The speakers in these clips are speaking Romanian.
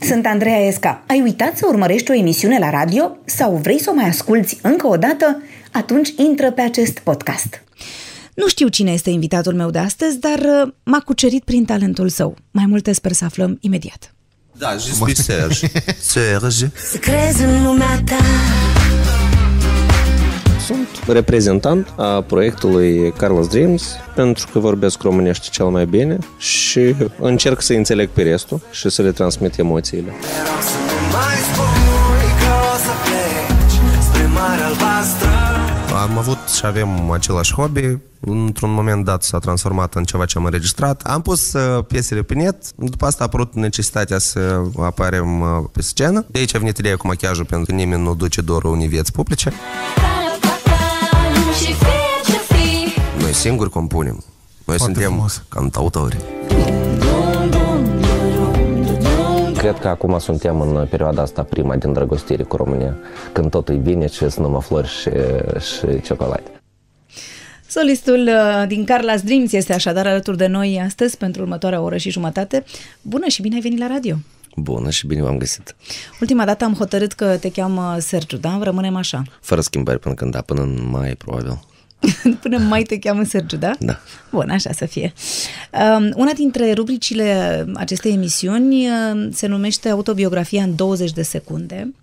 Sunt Andreea Esca. Ai uitat să urmărești o emisiune la radio sau vrei să o mai asculți încă o dată? Atunci intră pe acest podcast. Nu știu cine este invitatul meu de astăzi, dar uh, m-a cucerit prin talentul său. Mai multe sper să aflăm imediat. Da, je suis Serge. Serge. Să crezi în lumea ta Sunt reprezentant a proiectului Carlos Dreams pentru că vorbesc românește cel mai bine și încerc să înțeleg pe restul și să le transmit emoțiile. Să nu mai spui că o să pleci Spre Marea Albastră Am avut și avem același hobby. Într-un moment dat s-a transformat în ceva ce am înregistrat. Am pus uh, piesele pe net. După asta a apărut necesitatea să aparem uh, pe scenă. De aici a venit ideea cu machiajul, pentru că nimeni nu duce dorul unei vieți publice. Și fie ce fii Noi singuri compunem. Noi Foarte suntem frumos. cantautori. Cred că acum suntem în perioada asta prima din drăgostire cu România, când totul e bine și sunt numai flori și, și ciocolate. Solistul uh, din Carla's Dreams este așadar alături de noi astăzi pentru următoarea oră și jumătate. Bună și bine ai venit la radio! Bună și bine v-am găsit. Ultima dată am hotărât că te cheamă Sergiu, da? Rămânem așa. Fără schimbări până când, da, până în mai probabil. Până mai te cheamă Sergiu, da? Da. Bun, așa să fie. Um, Una dintre rubricile acestei emisiuni um, se numește Autobiografia în 20 de secunde,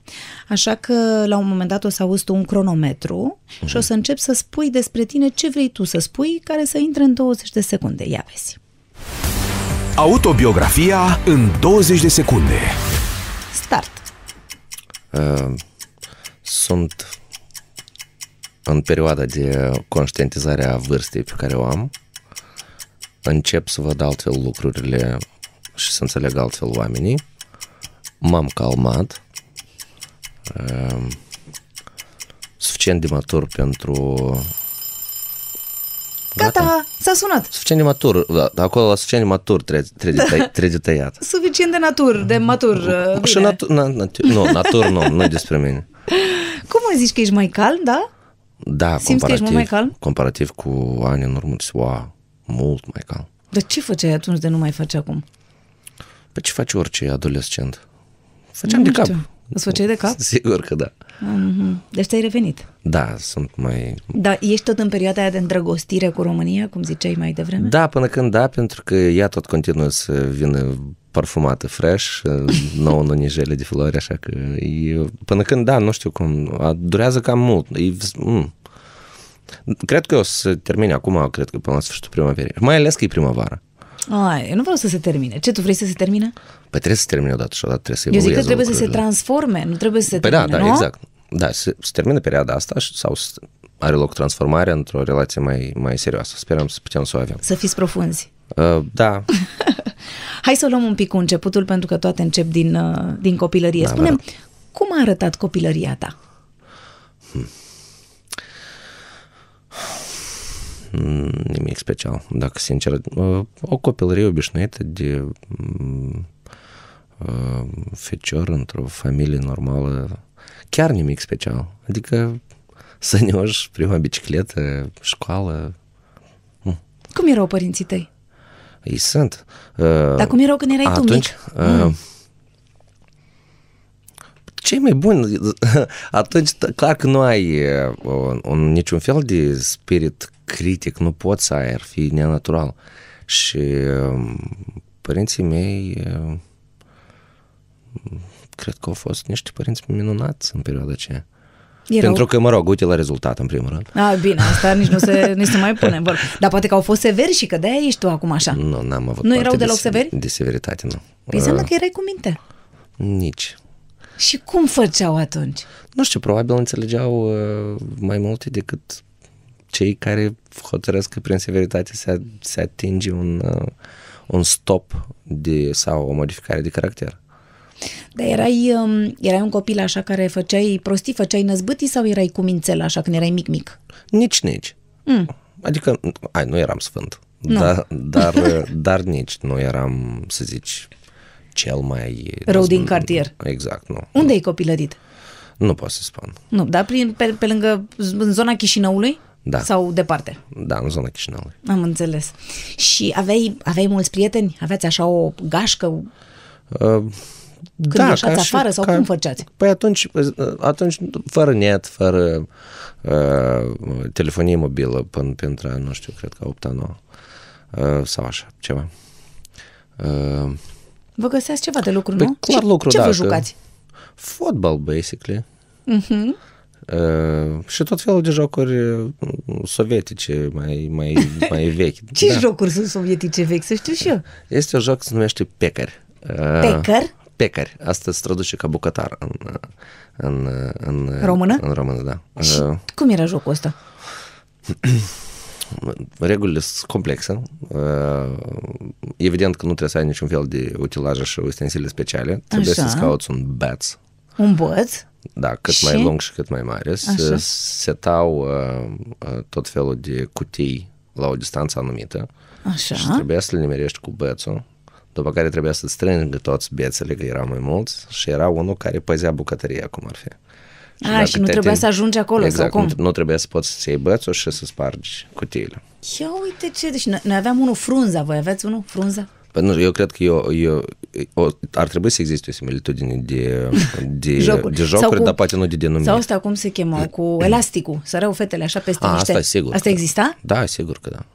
așa că la un moment dat o să auzi tu un cronometru și Mhm. o să începi să spui despre tine ce vrei tu să spui, care să intre în 20 de secunde. Ia vezi. Autobiografia în 20 de secunde. Start. Sunt în perioada de conștientizare a vârstei pe care o am. Încep să văd altfel lucrurile și să înțeleg altfel oamenii. M-am calmat. Um, Suficient de matur pentru... Gata, s-a sunat. Suficient de matur, da, acolo la suficient de matur trebuie, trebuie, tăi- trebuie tăiat. Suficient de natur, de matur. uh, Bine. Și natu- na, natu- nu, natur nu, nu despre mine. Cum îmi zici că ești mai calm, da? Da, Simți că ești mult mai calm? comparativ cu ani în urmă, zici, wow, mult mai calm. Dar ce făceai atunci de nu mai faci acum? Păi ce face orice adolescent? Făceam de cap. știu. Îți făceai de cap? Sigur că da. Mhm. Deci ți-ai revenit. Da, sunt mai... Dar ești tot în perioada aia de îndrăgostire cu România, cum ziceai mai devreme? Da, până când da, pentru că ea tot continuă să vină parfumată, fresh, uh, nouă nu nici jele de flori, așa că e, până când da, nu știu cum, a, durează cam mult. E, vz- mm. Cred că o să termine acum, cred că până la sfârșitul primăverii. Mai ales că e primăvară. Ai, eu nu vreau să se termine. Ce, tu vrei să se termine? Păi trebuie să termine odată și odată trebuie să Eu zic că evolueze trebuie să se lucrurile. transforme, nu trebuie să se Păi da, termine, da, nu? exact. Da, se, se termină perioada asta și, sau s- are loc transformarea într-o relație mai, mai serioasă. Sperăm să putem să o avem. Să fiți profunzi. Uh, da, Hai să o luăm un pic cu începutul, pentru că toate încep din, uh, din copilărie. Da, Spune-mi, cum a arătat copilăria ta? mm, nimic special, dacă sincer. Uh, o copilărie obișnuită de mm, uh, fecior într-o familie normală. Chiar nimic special. Adică să ne oși prima bicicletă, școală. Cum erau părinții tăi? Ei sunt. Uh, Dar cum erau când erai tu atunci, mic? Mm. Uh, Cei mai buni, atunci t- clar că nu ai uh, un, un, niciun fel de spirit critic, nu poți să ai, ar fi nenatural. Și uh, părinții mei, uh, cred că au fost niște părinți minunați în perioada aceea. Erau... Pentru că, mă rog, uite la rezultat, în primul rând. A, bine, asta nici nu se, nici se mai pune. Bun. Dar poate că au fost severi și că de-aia ești tu acum așa. Păi Nu, n-am avut Nu parte erau deloc de, severi? Păi De severitate, nu. Uh, înseamnă că erai cu minte. Nici. Și cum făceau atunci? nu știu, probabil înțelegeau uh, mai multe decât cei care hotărăsc că prin severitate se, se atinge un, uh, un stop de, sau o modificare de caracter. Dar erai, um, erai un copil așa care făceai prostii, făceai năzbâtii sau erai cu mințel așa când erai mic-mic? Nici, nici. Mm. Adică, ai, nu eram sfânt, nu. Da, dar, uh, dar nici nu eram, să zici, cel mai... Rău din cartier. Mm. Exact, nu. Unde ai copilărit? Nu pot să spun. Nu, dar prin, pe, pe lângă, în zona Chișinăului? Da. Sau departe? Da, în zona Chișinăului. Am înțeles. Și aveai, aveai mulți prieteni? Aveați așa o gașcă? Uh, Când ieșați afară sau cum făceați? Păi atunci, atunci fără net, fără uh, telefonie mobilă până pentru, nu știu, cred că 8 9 uh, sau așa, ceva. Uh, Vă găseați ceva de lucru, Păi nu? clar ce, lucru, ce da, vă că- jucați? Fotbal, basically. Mhm. Uh, și tot felul de jocuri uh, sovietice mai, mai, mai vechi. Ce da. jocuri sunt sovietice vechi? Să știu și eu. Este un joc se numește Pecăr. Pecăr? Pecăr. Asta se traduce ca bucătar în, uh, în, uh, în Română? În română, da. Și Uh, cum era jocul ăsta? Regulile sunt complexe. Uh, Evident că nu trebuie să ai niciun fel de utilaje și ustensile speciale. Trebuie Așa. să-ți cauți un bat Un băț? Da, cât Și? mai lung și cât mai mare. Așa. Se setau uh, uh, tot felul de cutii la o distanță anumită Așa. și trebuia să le nimerești cu bețul, după care trebuia să strângi toți bețele, că erau mai mulți, și era unul care păzea bucătăria, cum ar fi. A, dacă și nu te trebuia ating- să ajungi acolo, sau exact, cum? Nu, nu trebuia să poți să iei bețul și să spargi cutiile. Ia uite ce... Deci noi, noi aveam unul frunza, voi aveți unul frunza? Păi nu, eu cred că eu, eu, o, ar trebui să existe o similitudine de, de Jocuri. jocuri, de Sau jocuri cu- dar poate nu de denumire. Sau asta cum se chemau? Cu elasticul. Săreau fetele așa peste A, niște... asta e sigur. Asta că- exista? Da, sigur că da.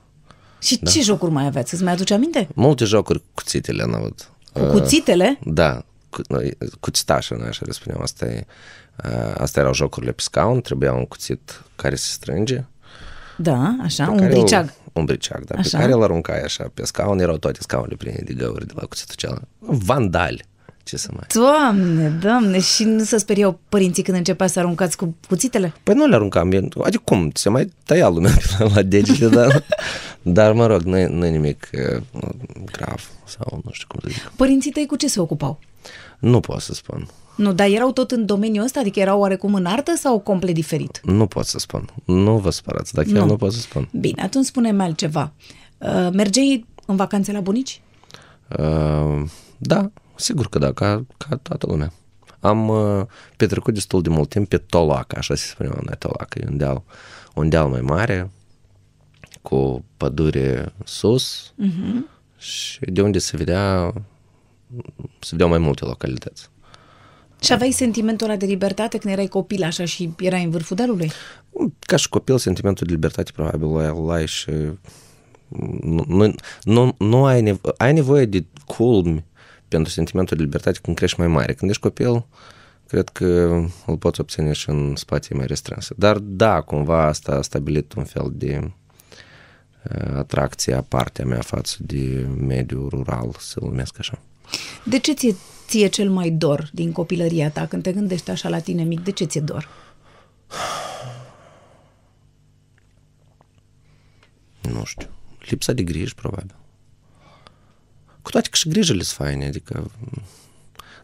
Și ce jocuri mai aveți? Îți mai aduce aminte? Multe jocuri cu cuțitele am avut. Cu cuțitele? Da, cu, noi, cuțitașă, noi așa le spuneam. Asta, e, uh, asta erau jocurile pe scaun, trebuia un cuțit care se strânge. Da, așa, un care îl- briceag. Un briceag, da, Așa. pe care îl aruncai așa pe scaun, erau toate scaunele pline de găuri de la cuțitul cealaltă. Vandali, ce să mai... Doamne, doamne, și nu se speriau părinții când începea să aruncați cu cuțitele? Păi nu le aruncam, eu- adică cum, se mai tăia lumea la, la degete, dar, dar mă rog, nu e, nu e nimic uh, grav sau nu știu cum să zic. Părinții tăi cu ce se ocupau? Nu pot să spun. Nu, dar erau tot în domeniul ăsta? Adică erau oarecum în artă sau complet diferit? Nu pot să spun. Nu vă spărați, dacă nu. eu nu pot să spun. Bine, atunci spune-mi altceva. Uh, Mergeai în vacanțe la bunici? Uh, da, sigur că da, ca, ca toată lumea. Am uh, petrecut destul de mult timp pe Tolac, așa se spunea noi Tolac, e un deal, un deal mai mare, cu pădure sus uh-huh. și de unde se vedea se vedeau mai multe localități. Și aveai sentimentul ăla de libertate când erai copil așa și erai în vârful dealului? Ca și copil, sentimentul de libertate probabil îl ai și nu, nu, nu, nu ai, nevo- ai nevoie de culmi pentru sentimentul de libertate când crești mai mare. Când ești copil, cred că îl poți obține și în spații mai restrânse. Dar da, cumva asta a stabilit un fel de uh, atracție aparte a mea față de mediul rural, să-l numesc așa. De ce ție, ție cel mai dor din copilăria ta când te gândești așa la tine mic? De ce ți-e dor? Nu știu. Lipsa de griji, probabil. Cu toate că și grijile sunt faine, adică...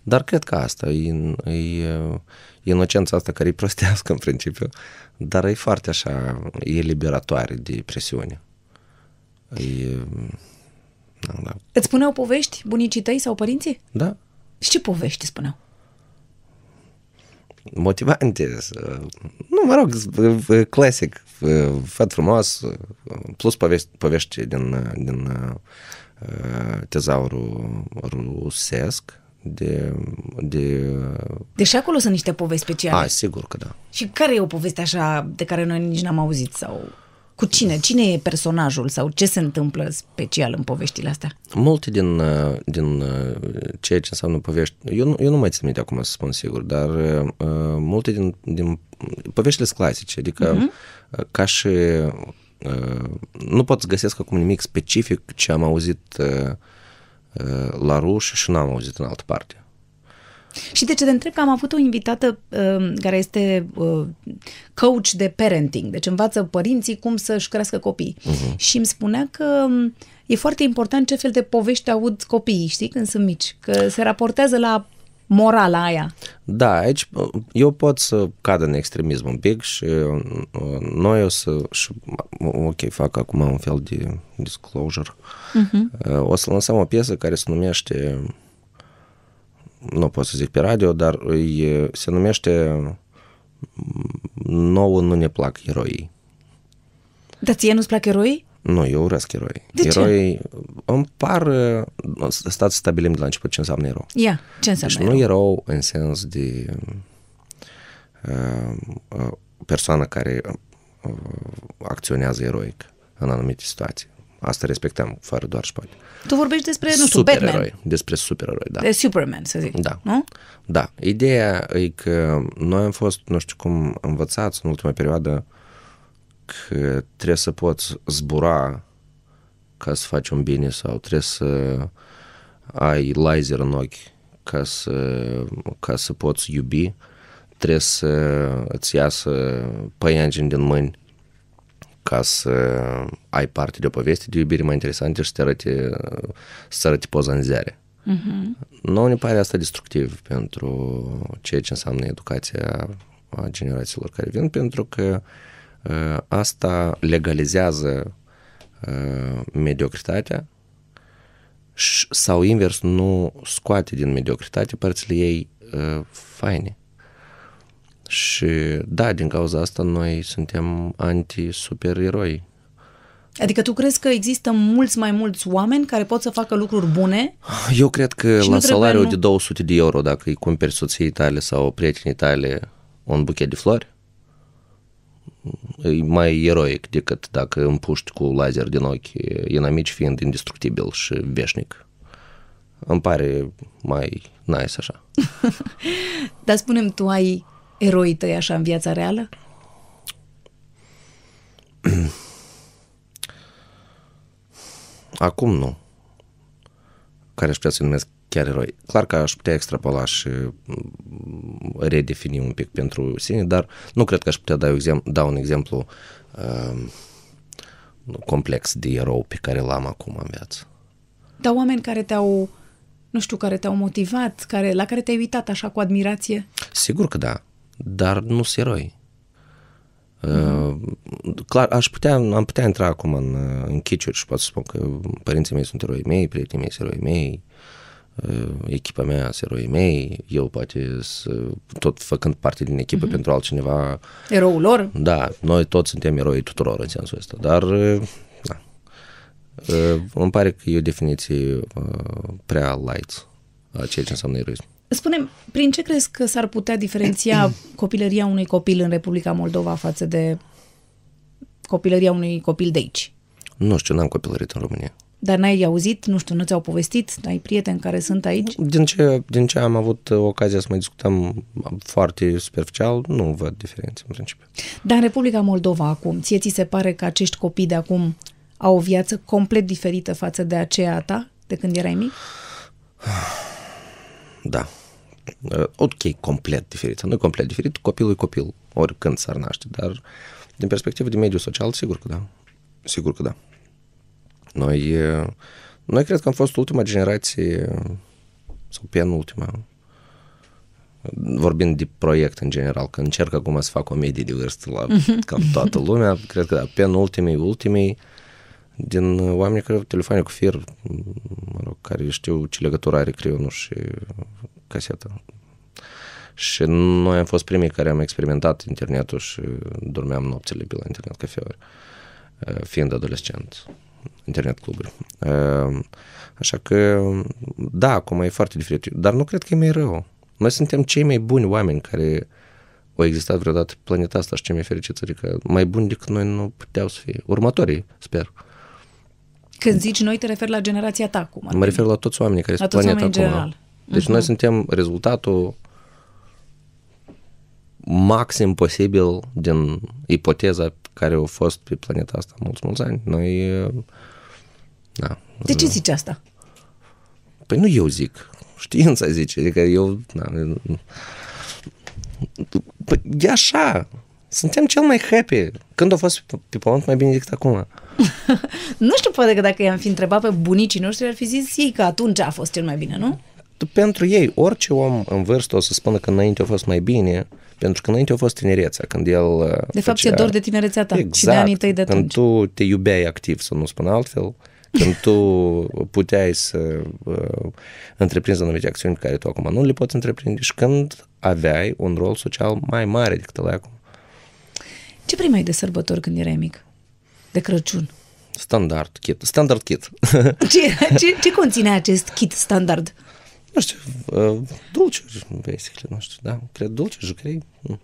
Dar cred că asta e, e uh, inocența asta care e prostească în principiu, dar e foarte așa, e liberatoare de presiune. E, um, da, da. Îți spuneau povești bunicii tăi sau părinții? da, Și ce povești îți spuneau? motivante, să- nu, mă rog, s- clasic, făt frumos, plus povești, povești din, din uh, tezaurul rusesc, de, de... Deși acolo sunt niște povești speciale. A, Azi. sigur că da. Și care e o poveste așa de care noi nici n-am auzit sau... Cu cine? Cine e personajul sau ce se întâmplă special în poveștile astea? Multe din, uh, din uh, ceea ce înseamnă povești, eu nu, eu nu mai țin minte acum să spun sigur, dar uh, multe din, din poveștile sunt clasice, adică uh, ca și uh, nu pot să găsesc acum nimic specific ce am auzit uh, uh, la ruși și n-am auzit în altă parte. Și de ce te întreb că am avut o invitată um, care este uh, coach de parenting, deci învață părinții cum să-și crească copiii. Mhm. Uh-huh. Și îmi spunea că um, e foarte important ce fel de povești aud copiii, știi, când sunt mici, că se raportează la morala aia. Da, aici uh, eu pot să cad în extremism un pic și uh, noi o să, și, uh, ok, fac acum un fel de disclosure. Mhm. Uh-huh. O să lansăm o piesă care se numește, nu pot să zic pe radio, dar e, se numește mm, Nouă nu ne plac eroii. Dar ție nu-ți plac eroi? Nu, eu urăsc eroi. De ce? eroi îmi par... uh, Stați să stabilim de la început ce înseamnă erou. Ia, ce Deci înseamnă? nu erou în sens de uh, uh, persoană care uh, acționează eroic în anumite situații. Asta respectăm, fără doar și poate. Tu vorbești despre, nu știu, Batman, Supereroi, despre supereroi, da. de Superman, să zic. Da. Nu? Da. Ideea e că noi am fost, nu știu cum, învățați în ultima perioadă că trebuie să poți zbura ca să faci un bine sau trebuie să ai laser în ochi ca să, ca să poți iubi, trebuie să îți iasă păianjeni din mâini ca să ai parte de o poveste de iubire mai interesantă și să te arăte, să arăte poza în ziare. Nouă ne pare asta destructiv pentru ceea ce înseamnă educația a generațiilor care vin, pentru că uh, asta legalizează uh, mediocritatea și, sau invers, nu scoate din mediocritate părțile ei uh, faine. Și da, din cauza asta noi suntem anti-supereroi. Adică tu crezi că există mulți mai mulți oameni care pot să facă lucruri bune? Eu cred că Și nu trebuie, la salariul nu? de 200 de euro, dacă îi cumperi soției tale sau prietenii tale un buchet de flori, e mai eroic decât dacă împuști cu laser din ochi inamici fiind indestructibil și veșnic. Îmi pare mai nice așa. Dar spunem tu ai eroii tăi așa în viața reală? Acum nu. Care aș putea să numesc chiar eroi. Clar că aș putea extrapola și mm, redefini un pic pentru sine, dar nu cred că aș putea da, exem- da un exemplu um, complex de erou pe care l-am acum în viață. Dar oameni care te-au, nu știu, care te-au motivat, care, la care te-ai uitat așa cu admirație? Sigur că da, dar nu sunt eroi. Uh, clar, aș putea, am putea intra acum în, uh, în chiciuri și pot să spun că părinții mei sunt eroi mei, prietenii mei sunt eroi mei, uh, echipa mea sunt eroi mei, eu poate să, tot făcând parte din echipă uh-huh. pentru altcineva, Eroul lor? da, noi toți suntem eroi tuturor în sensul ăsta, dar uh, da. Uh, îmi pare că e o definiție uh, prea light a ceea ce înseamnă eroism. Spunem, prin ce crezi că s-ar putea diferenția copilăria unui copil în Republica Moldova față de copilăria unui copil de aici? Nu știu, n-am copilărit în România. Dar n-ai auzit, nu știu, nu ți-au povestit, ai prieteni care sunt aici? Din ce, din ce am avut uh, ocazia să mai discutăm um, foarte superficial, nu văd diferențe în principiu. Dar în Republica Moldova acum, ție ți se pare că acești copii de acum au o viață complet diferită față de aceea a ta de când erai mic? Da. Uh, Ok, complet diferit. Nu e complet diferit, copilul e copil, oricând s-ar naște, dar din perspectivă de mediu social, sigur că da. Sigur că da. Noi, uh, noi cred că am fost ultima generație, uh, sau penultima, vorbind de proiect în general, că încerc acum să fac comedii de vârstă la cam toată lumea, cred că da, penultimii, ultimii, din uh, oamenii care au telefoane cu fir, m- mă rog, care știu ce legătură are creionul și uh, caseta. Și noi am fost primii care am experimentat internetul și uh, dormeam nopțile pe la internet cafeuri, uh, fiind adolescent, internet cluburi. Uh, Așa că, da, acum e foarte diferit, dar nu cred că e mai rău. Noi suntem cei mai buni oameni care au existat vreodată pe planeta asta și cei mai fericiți, adică mai buni decât noi nu puteau să fie. Următorii, sper. Când zici noi, te referi la generația ta acum. Mă refer la toți oamenii care La sunt toți planeta acum. oamenii în Mhm. Deci noi suntem rezultatul maxim posibil din ipoteza care a fost pe planeta asta mulți, mulți ani. Noi, eh, da. De ce zici asta? Păi nu eu zic, știința zice, adică eu... Na, păi e așa, suntem cel mai happy. Când a fost pe, pe pământ mai bine decât acum. Nu știu, poate că dacă i-am fi întrebat pe bunicii noștri, ar fi zis ei că atunci a fost cel mai bine, nu? Pentru ei, orice om în vârstă o să spună că înainte a fost mai bine, pentru că înainte a fost tinerețea, când el... uh, De fapt, făcea- ți-e dor de tinerețea ta și de exact, anii tăi de Când atunci. tu te iubeai activ, să nu spun altfel, când tu puteai să uh, întreprinzi anumite acțiuni pe care tu acum nu le poți întreprinde și când aveai un rol social mai mare decât ăla ai acum. Ce primeai de sărbători când erai mic? De Crăciun. Standard kit. Standard kit. Ce, ce, ce conține acest kit standard? nu știu, uh, dulciuri, basically, nu știu, da, cred dulciuri, jucării. mm.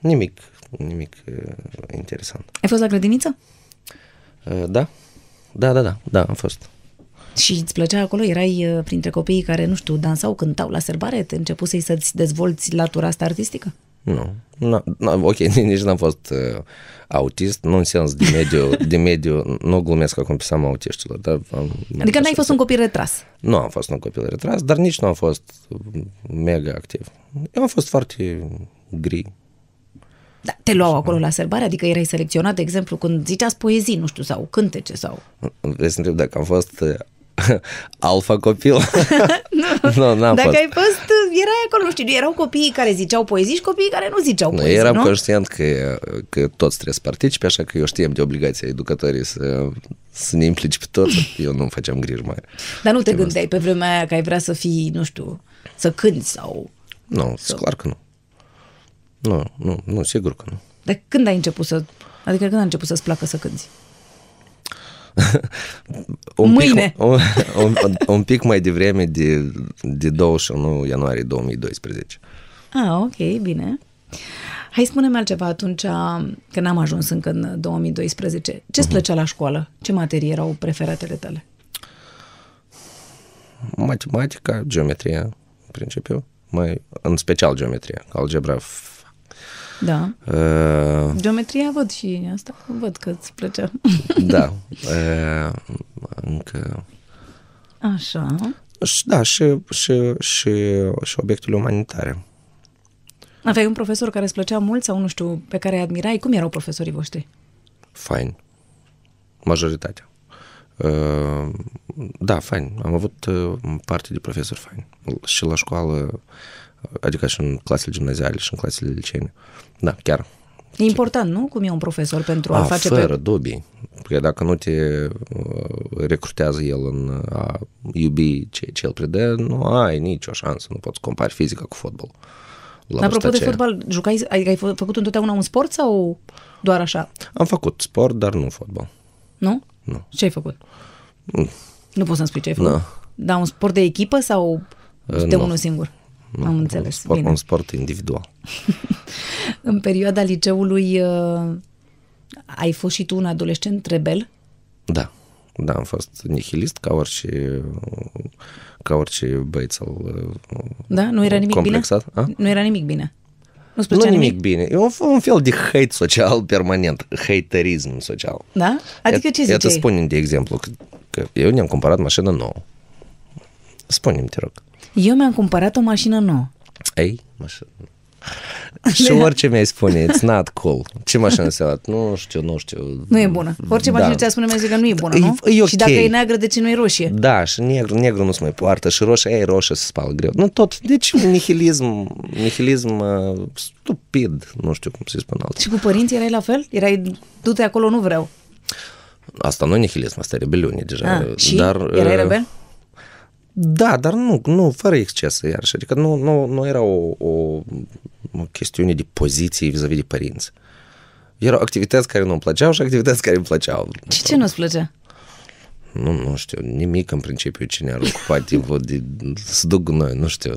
Nimic, nimic uh, interesant. Ai fost la grădiniță? Uh, Da? Da, da, da, da, am fost. Și îți plăcea acolo? Erai uh, printre copiii care, nu știu, dansau, cântau la sărbare? Te începusei să-ți dezvolți latura asta artistică? Nu. Na, na, ok, nici n-am fost uh, autist, nu în sens de mediu, de mediu, nu glumesc acum pe seama autiștilor, dar am, Adică n-ai fost un copil retras. nu am fost un copil retras, dar nici nu am fost uh, mega activ. Eu am fost foarte gri, Da, te luau acolo la sărbare? Adică erai selecționat, de exemplu, când ziceați poezii, nu știu, sau cântece, sau... Vrei să întreb dacă am fost uh, alfa copil? nu, nu n-am Dacă fost. ai fost, erai acolo, nu știu, erau copiii care ziceau poezii și copiii care nu ziceau Nu, poezii, eram nu? conștient că, că toți trebuie să participe, așa că eu știam de obligația educatorii să, să ne implici pe toți. Eu nu-mi făceam griji mai. Dar nu te gândeai pe vremea aia că ai vrea să fii, nu știu, să cânti sau... Nu, so. clar că nu. Nu, nu, nu, sigur că nu. Dar când ai început să... Adică când a început să-ți placă să cânti? Mâine. Pic, un, un, un pic mai devreme de, de 21 ianuarie 2012. Ah, ok, bine. Hai spune-mi altceva atunci, că n-am ajuns încă în 2012. Ce-ți Mhm. plăcea la școală? Ce materii erau preferatele tale? Matematica, geometria, în principiu, mai, în special geometria, algebra f- Da. Uh, Geometria văd și asta, văd că îți plăcea. da. Uh, încă... Așa. Și, da, și, și, și, și obiectele umanitare. Aveai un profesor care îți plăcea mult sau, nu știu, pe care îi admirai? Cum erau profesorii voștri? Fain. Majoritatea. Uh, da, fain. Am avut uh, parte de profesori fain. Și la școală, adică și în clasele gimnaziale și în clasele liceene. Da, chiar. E important, nu? Cum e un profesor pentru a, A, face fără pe... dubii. Că dacă nu te uh, recrutează el în a iubi ce, ce el predă, nu ai nicio șansă, nu poți compari fizica cu fotbal. La Apropo vârsta de aceea. fotbal, jucai, ai, ai fă- făcut întotdeauna un sport sau doar așa? Am făcut sport, dar nu fotbal. Nu? Nu. Mm. Ce ai făcut? Nu poți să-mi spui ce ai făcut. Nu. Dar un sport de echipă sau Eh, de nu. unul singur? Am Un înțeles. sport, Bine. un sport individual. În perioada liceului uh, ai fost și tu un adolescent rebel? Da. Da, am fost nihilist ca orice, ca orice băiețel uh, Da? Nu era nimic complexat. bine? A? Nu era nimic bine. Nu-ți Nu plăcea nimic, nimic? nimic bine. E un, un fel de hate social permanent, haterism social. Da? Adică ce Iată, ziceai? spune de exemplu, că, că eu ne-am cumpărat mașină nouă. Spune-mi, te rog. Eu mi-am cumpărat o mașină nouă. Ei, mașină. Și orice mi-ai spune, it's not cool. Ce mașină s-a luat? Nu știu, nu știu. Nu e bună. Orice mașină ți-a spune, mi-a zis că nu e bună, nu? Da. E, e ok. Și dacă e neagră, de ce nu e roșie? Da, și negru, negru nu se mai poartă, și roșie, ei, roșie se spală greu. Nu tot, deci nihilism, nihilism uh, stupid, nu știu cum să-i spun altceva. Și cu părinții erai la fel? Erai, du-te acolo, nu vreau. Asta nu e nihilism, asta e rebeliune deja. Ah, și? dar, Erai uh, rebel? Da, dar nu, nu fără exces, iarăși. Adică nu, nu, nu era o, o, o chestiune de poziție vis-a-vis de părinți. Erau activități care nu-mi plăceau și activități care îmi plăceau. Și ce nu-ți plăcea? Nu, nu știu, nimic în principiu cine ar ocupa timpul de să duc gunoi, nu știu.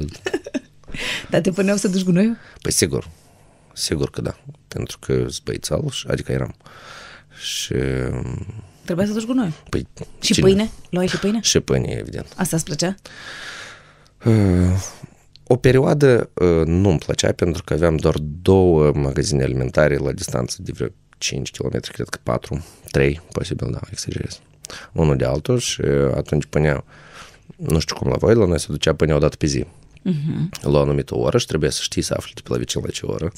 Dar te puneau să duci gunoiul? Păi sigur, sigur că da, pentru că zbăițal, adică eram. Și, Trebuia să duci gunoiul. păi, Și cine? pâine? Luai și pâine? Și pâine, evident. Asta îți plăcea? Э, O perioadă uh, nu-mi plăcea pentru că aveam doar două magazine alimentare la distanță de vreo 5 km, cred că 4, 3, posibil, da, exagerez. Unul de altul și uh, atunci punea, nu știu cum la voi, la noi se ducea până o dată pe zi. Uh-huh. La o anumită oră și trebuia să știi să afli de pe la vecin la ce oră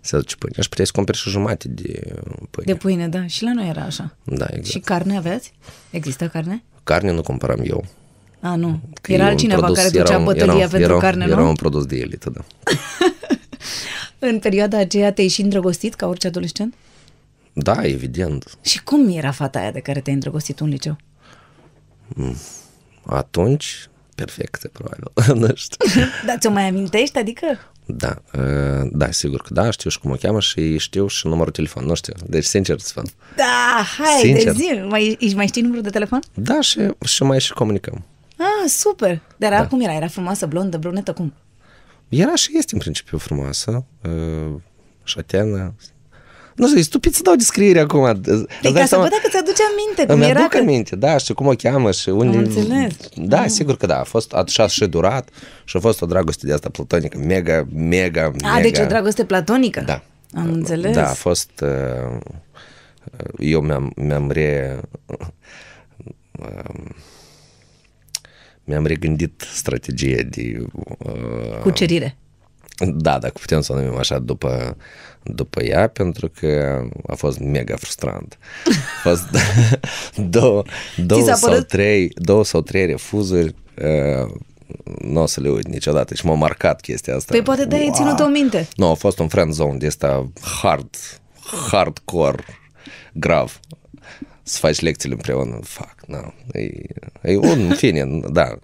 se duce pâine și puteai să cumperi și jumate de uh, pâine. De pâine, da. Și la noi era așa. Da, exact. Și carne aveați? Există carne? Carne nu cumpăram eu. A, nu. că Era e un altcineva produs- care ducea un- bătălia era, un- pentru era, un- carne, Era nu? un produs de elită, da. În perioada aceea te-ai și îndrăgostit ca orice adolescent? Da, evident. Și cum era fata aia de care te-ai îndrăgostit în liceu? Atunci, perfecte, probabil. nu știu. Dar ți-o mai amintești? Adică Da, uh, da, sigur că da, știu și cum o cheamă și știu și numărul telefon, nu știu. Deci, sincer îți spun. Da, hai, Sincer. de zi, mai, își mai știi numărul de telefon? Da, și, și mai și comunicăm. Ah, super! Dar da. cum era? Era frumoasă, blondă, brunetă, cum? Era și este în principiu frumoasă, uh, șateană. Nu știu, e stupid să dau descriere acum. Îți Păi dai ca să seama- văd dacă ți-aduce aminte cum Îmi era aduc că... aminte, da, și cum o cheamă și unde... Am înțeles. Ah. Da, sigur că da, a fost așa și durat și a fost o dragoste de asta platonică, mega, mega, mega... A, deci o dragoste platonică? Da. Am înțeles. Da, a fost... uh, Eu mi-am, mi-am re... um, Mi-am regândit strategie de... uh, Cucerire. Da, dacă putem să o numim așa după, după ea, pentru că a fost mega frustrant. A fost două, două, s-a sau părut? trei, două sau trei refuzuri, uh, nu o să le uit niciodată și m-a marcat chestia asta. Păi poate de-aia ai ținut-o minte. Nu, a fost un friend zone de asta hard, hardcore, grav. Să faci lecțiile împreună, fac, nu. E, e un, în fine, da. Dar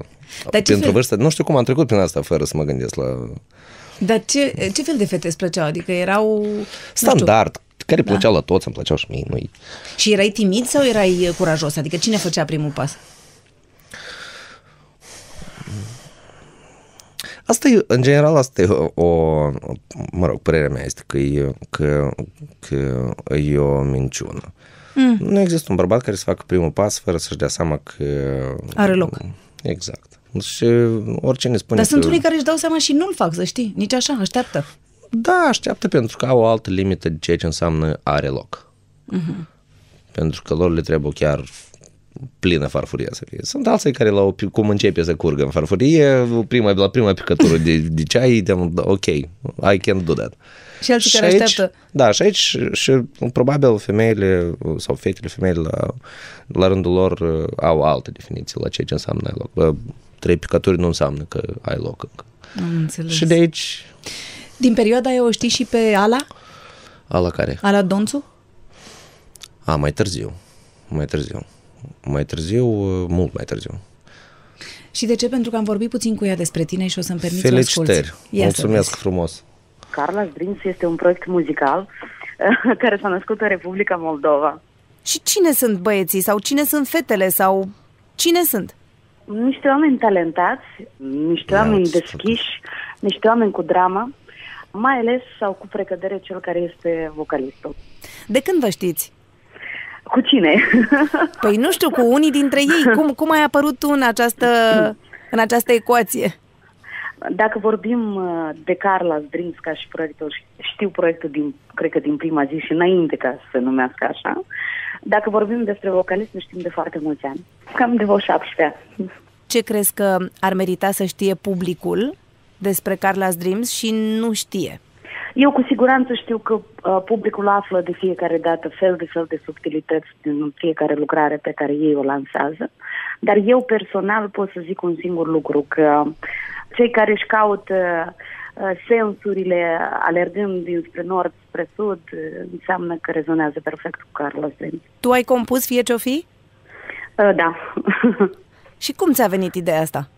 ce Pentru fel- vârstă, nu știu cum am trecut prin asta fără să mă gândesc la Dar ce, ce fel de fete îți plăceau? Adică erau... nu știu, Standard, care da. plăceau la toți, îmi plăceau și mie. Nu-i. Și erai timid sau erai uh, curajos? Adică cine făcea primul pas? Asta e, în general, asta e o, o, mă rog, părerea mea este că e, că, că e o minciună. Mm. Nu există un bărbat care să facă primul pas fără să-și dea seama că... Are loc. Exact. Și oricine spune Dar sunt că... unii care își dau seama și nu-l fac, să știi. Nici așa, așteaptă. Da, așteaptă pentru că au o altă limită de ceea ce înseamnă are loc. Mhm. Mm-hmm. Pentru că lor le trebuie chiar plină farfurie să fie. Sunt alții care la o, pi- cum începe să curgă în farfurie, prima, la prima picătură de, de ceai, de, da, ok, I can do that. Și alții care aici- așteaptă. Da, și aici și, și probabil femeile sau fetele femeile la, la rândul lor uh, au alte definiții la ceea ce înseamnă ai loc. Bă, Trei picături nu înseamnă că ai loc încă. Am înțeles. Și de aici, Din perioada aia o știi și pe Ala? ala care? Ala Donțu? A, mai târziu. Mai târziu. Mai târziu, uh, mult mai târziu. Și de ce? Pentru că am vorbit puțin cu ea despre tine și o să-mi permiți să Felicitări. asculti. Ia să Mulțumesc vezi. frumos. Carla Dreams este un proiect muzical care s-a născut în Republica Moldova. Și cine sunt băieții sau cine sunt fetele sau cine sunt? Niște oameni talentați, niște Ia oameni uite, deschiși, niște oameni cu dramă, mai ales sau cu precădere cel care este vocalistul. De când vă știți? Cu cine? Păi nu știu, cu unii dintre ei. Cum, cum ai apărut tu în această, în această ecuație? Dacă vorbim uh, de Carla Dreams ca și proiectul, știu proiectul din, cred că din prima zi și înainte ca să se numească așa. Dacă vorbim despre vocalist, ne știm de foarte mulți ani. Cam de vreo 17 ani. Ce crezi că ar merita să știe publicul despre Carla's Dreams și nu știe? Eu cu siguranță știu că uh, publicul află de fiecare dată fel de fel de subtilități din fiecare lucrare pe care ei o lansează, dar eu personal pot să zic un singur lucru, că cei care își caută uh, sensurile alergând dinspre nord spre sud uh, înseamnă că rezonează perfect cu Carlos Dreams. Tu ai compus fie ce-o fi? Uh, Da. Și cum ți-a venit ideea asta?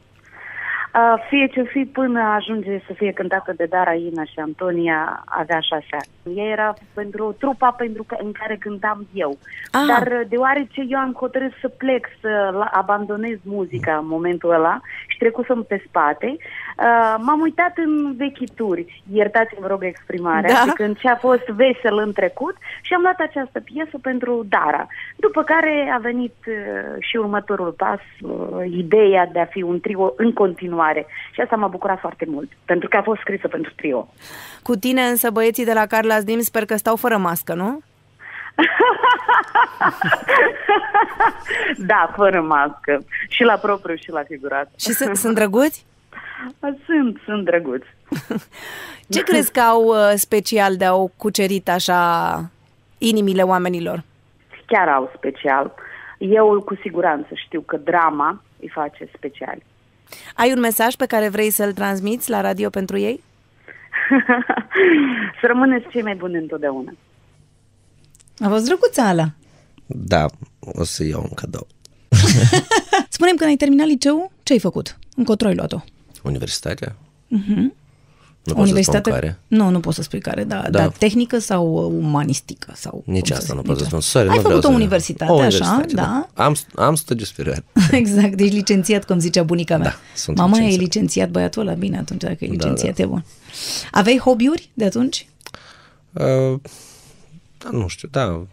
Uh, Fie ce fi, până ajunge să fie cântată de Dara Ina și Antonia, avea șase ani. Ea era pentru trupa pentru că, în care cântam eu. Ah. Ah. Dar uh, deoarece eu am hotărât să plec, să la- abandonez muzica în momentul ăla și trecusem pe spate, uh, m-am uitat în vechituri, iertați-mi vă rog exprimarea, Da. da. când ce a fost vesel în trecut și am luat această piesă pentru Dara. După care a venit uh, și următorul pas, uh, ideea de a fi un trio în continuare. Și asta m-a bucurat foarte mult, pentru că a fost scrisă pentru trio. Cu tine însă băieții de la Carla's Dreams sper că stau fără mască, nu? Da, fără mască. Și la propriu și la figurat. Și sunt, sunt drăguți? Sunt, sunt drăguți. Ce crezi că au uh, special de au cucerit așa inimile oamenilor? Chiar au special. Eu cu siguranță știu că drama îi face special. Ai un mesaj pe care vrei să-l transmiți la radio pentru ei? Să rămâneți cei mai buni întotdeauna. A fost drăguță Ala. Da, o să iau un cadou. Ah. Spunem că ai terminat liceul, ce ai făcut? Încotro ai luat-o. Universitatea? Nu pot să spun Mhm. Universitate? care. Nu, nu pot să spui care, da, da. dar tehnică sau uh, umanistică? sau cum Nici să asta zic, nu pot să nici spun. Sorry, Ai nu făcut o vreau să- universitate, așa, da? Am, am studiu superior. Exact, ești licențiat, cum zicea bunica mea. Da, sunt Mama licențiat. e licențiat băiatul ăla, bine atunci dacă e Da, licențiat e bun. Aveai hobby-uri de atunci? Uh, da, nu știu, da.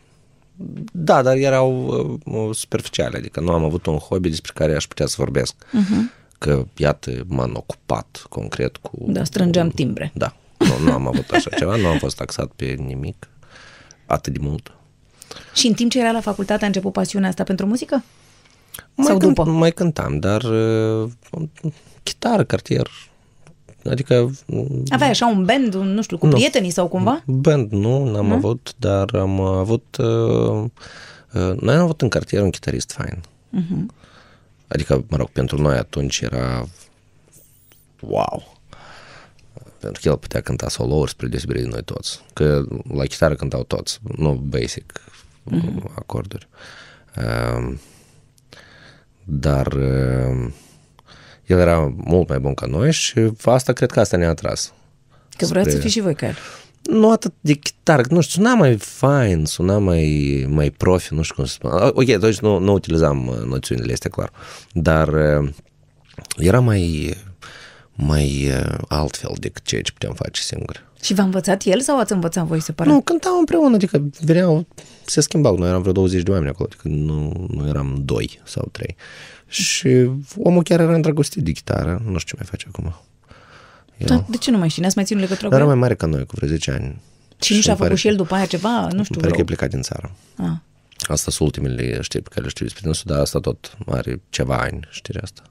Da, dar erau uh, superficiale, adică nu am avut un hobby despre care aș putea să vorbesc. Mhm. Uh-huh. Că, iată, m-am ocupat concret cu... Da, strângeam timbre. Da, nu, nu am avut așa ceva, nu am fost taxat pe nimic atât de mult. Și în timp ce era la facultate a început pasiunea asta pentru muzică? Mai Sau după? Mai cântam, dar uh, chitară, cartier, adică... mm, Aveai așa un band, un, nu știu, cu Nu. prietenii sau cumva? Band nu, n-am avut, dar am avut... Uh, uh, noi am avut în cartier un chitarist fain. Uh-huh. Mhm. Adică, mă rog, pentru noi atunci era... Wow! Pentru că el putea cânta solo-uri spre deosebire de noi toți. Că la chitară cântau toți, nu basic Mhm. uh-huh. acorduri. Um, dar um, el era mult mai bun ca noi și asta cred că asta ne-a atras. Că vreau să Spre- fii și voi ca el. Nu atât de chitară, nu știu, suna mai fain, suna mai, mai profi, nu știu cum să spun. Ah, Ok, atunci nu, nu utilizam uh, noțiunile astea, clar. Dar uh, era mai, mai uh, altfel decât ceea ce puteam face singuri. Și v-a învățat el sau ați învățat voi separat? Nu, cântau împreună, adică veneau, se schimbau, noi eram vreo 20 de oameni acolo, adică nu, nu eram doi sau trei. Și omul chiar era îndrăgostit de chitară, nu știu ce mai face acum. Dar de ce nu mai știi? N-ați mai ținut legătura cu Dar era el? mai mare ca noi, cu vreo 10 ani. Și nu îmi și-a pare făcut și că- el după aia ceva? Nu știu. Pare că Vreo... e plecat din țară. Ah. Asta sunt ultimele știri pe care le știu despre dânsul, dar asta tot are ceva ani, știrea asta.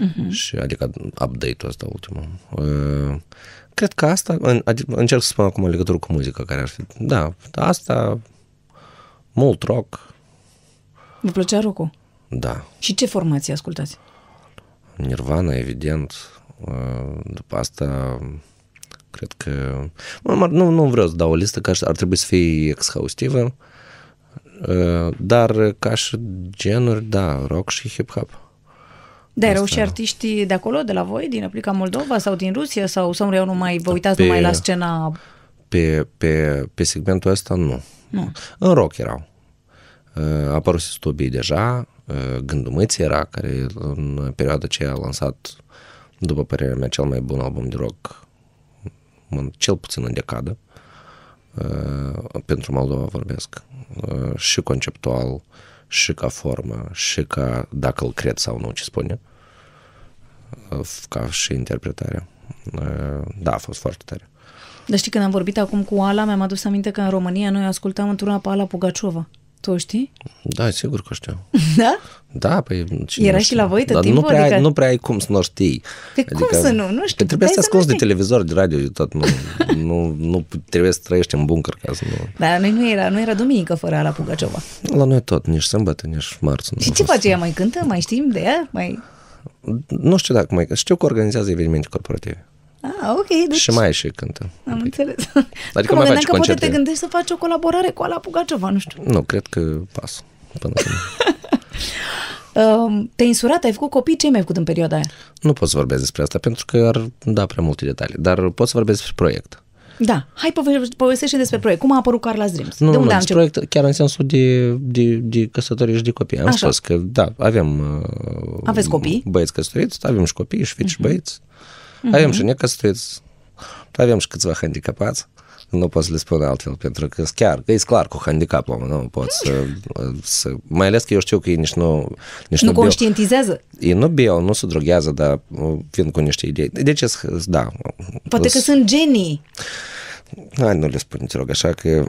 Mhm. Uh-huh. Și adică update-ul ăsta ultimul. Uh, cred că asta, în, adi- încerc să spun acum în legătură cu muzica care ar fi. Da, asta, mult rock, Vă plăcea rock da, Și ce formație ascultați? Nirvana, evident. Uh, După asta, cred că... Mă, mă, Nu, nu vreau să dau o listă, că aș- ar trebui să fie exhaustivă. Uh, Dar ca și genuri, da, rock și hip-hop. Dar erau și artiștii de acolo, de la voi, din Republica Moldova sau din Rusia sau sau eu nu mai vă uitați Pe- numai la scena Pe, pe, pe segmentul ăsta, nu. nu. În rock erau. Uh, Apăruse stubii deja, uh, Gândumâți era, care în perioada aceea a lansat, după părerea mea, cel mai bun album de rock, în- cel puțin în decadă. Uh, pentru Moldova vorbesc, uh, și conceptual, și ca formă, și ca dacă îl cred sau nu ce spune, uh, ca și interpretarea. Uh, Da, a fost foarte tare. Dar știi, când am vorbit acum cu Ala, mi-am adus aminte că în România noi ascultam într-una pe Ala Pugaciova. Tu o știi? Da, sigur că știu. Da? Da, păi... cine Era nu și știe? la voi tot Dar timpul? Nu prea, Adică- nu prea ai cum să nu știi. Păi cum să nu? Nu știu, că Trebuie hai să te să nu asculti de știi. televizor, de radio, de tot. Nu, nu, nu trebuie să trăiești în bunker ca să nu... Dar Da, noi nu era, nu era duminică fără Ala Pugaciova. La noi tot, nici sâmbătă, nici marți. nu Și a ce fost. face ea? Mai cântă? Mai știm de ea? Mai... Nu știu dacă mai... Știu că organizează evenimente corporative. Ah, ok, deci Ah. Și mai e și cântă. am înțeles. Că Adică mă mai gândeam face că poate concerte. te gândești să faci o colaborare cu Ala Pugaciova, nu știu. Nu, cred că pas. Până când... Uh, te-ai insurat, ai făcut copii, ce ai mai făcut în perioada aia? nu pot să vorbesc despre asta, pentru că ar da prea multe detalii. Dar pot să vorbesc despre proiect. Da, hai pove- povestește despre proiect. Cum a apărut Carla's Dreams? Nu, de unde nu, nu, am deci început? proiect chiar în sensul de, de, de căsătorie și de copii. Am Așa. spus că, da, avem... uh, Aveți copii? Mhm. Băieți căsătoriți, avem și copii, și fiți și băieți. Avem și necăsătoriți, avem și câțiva handicapați. Nu pot să le spun altfel, pentru că sunt chiar, că e clar cu handicapul, nu pot să, să... Mai ales că eu știu că ei nici nu... Nici Nu nu bio- conștientizează? ei nu beau, nu se droghează, dar uh, vin cu niște idei. Deci, s- da. Poate că s- sunt genii. Hai, nu le spun, te rog, așa că...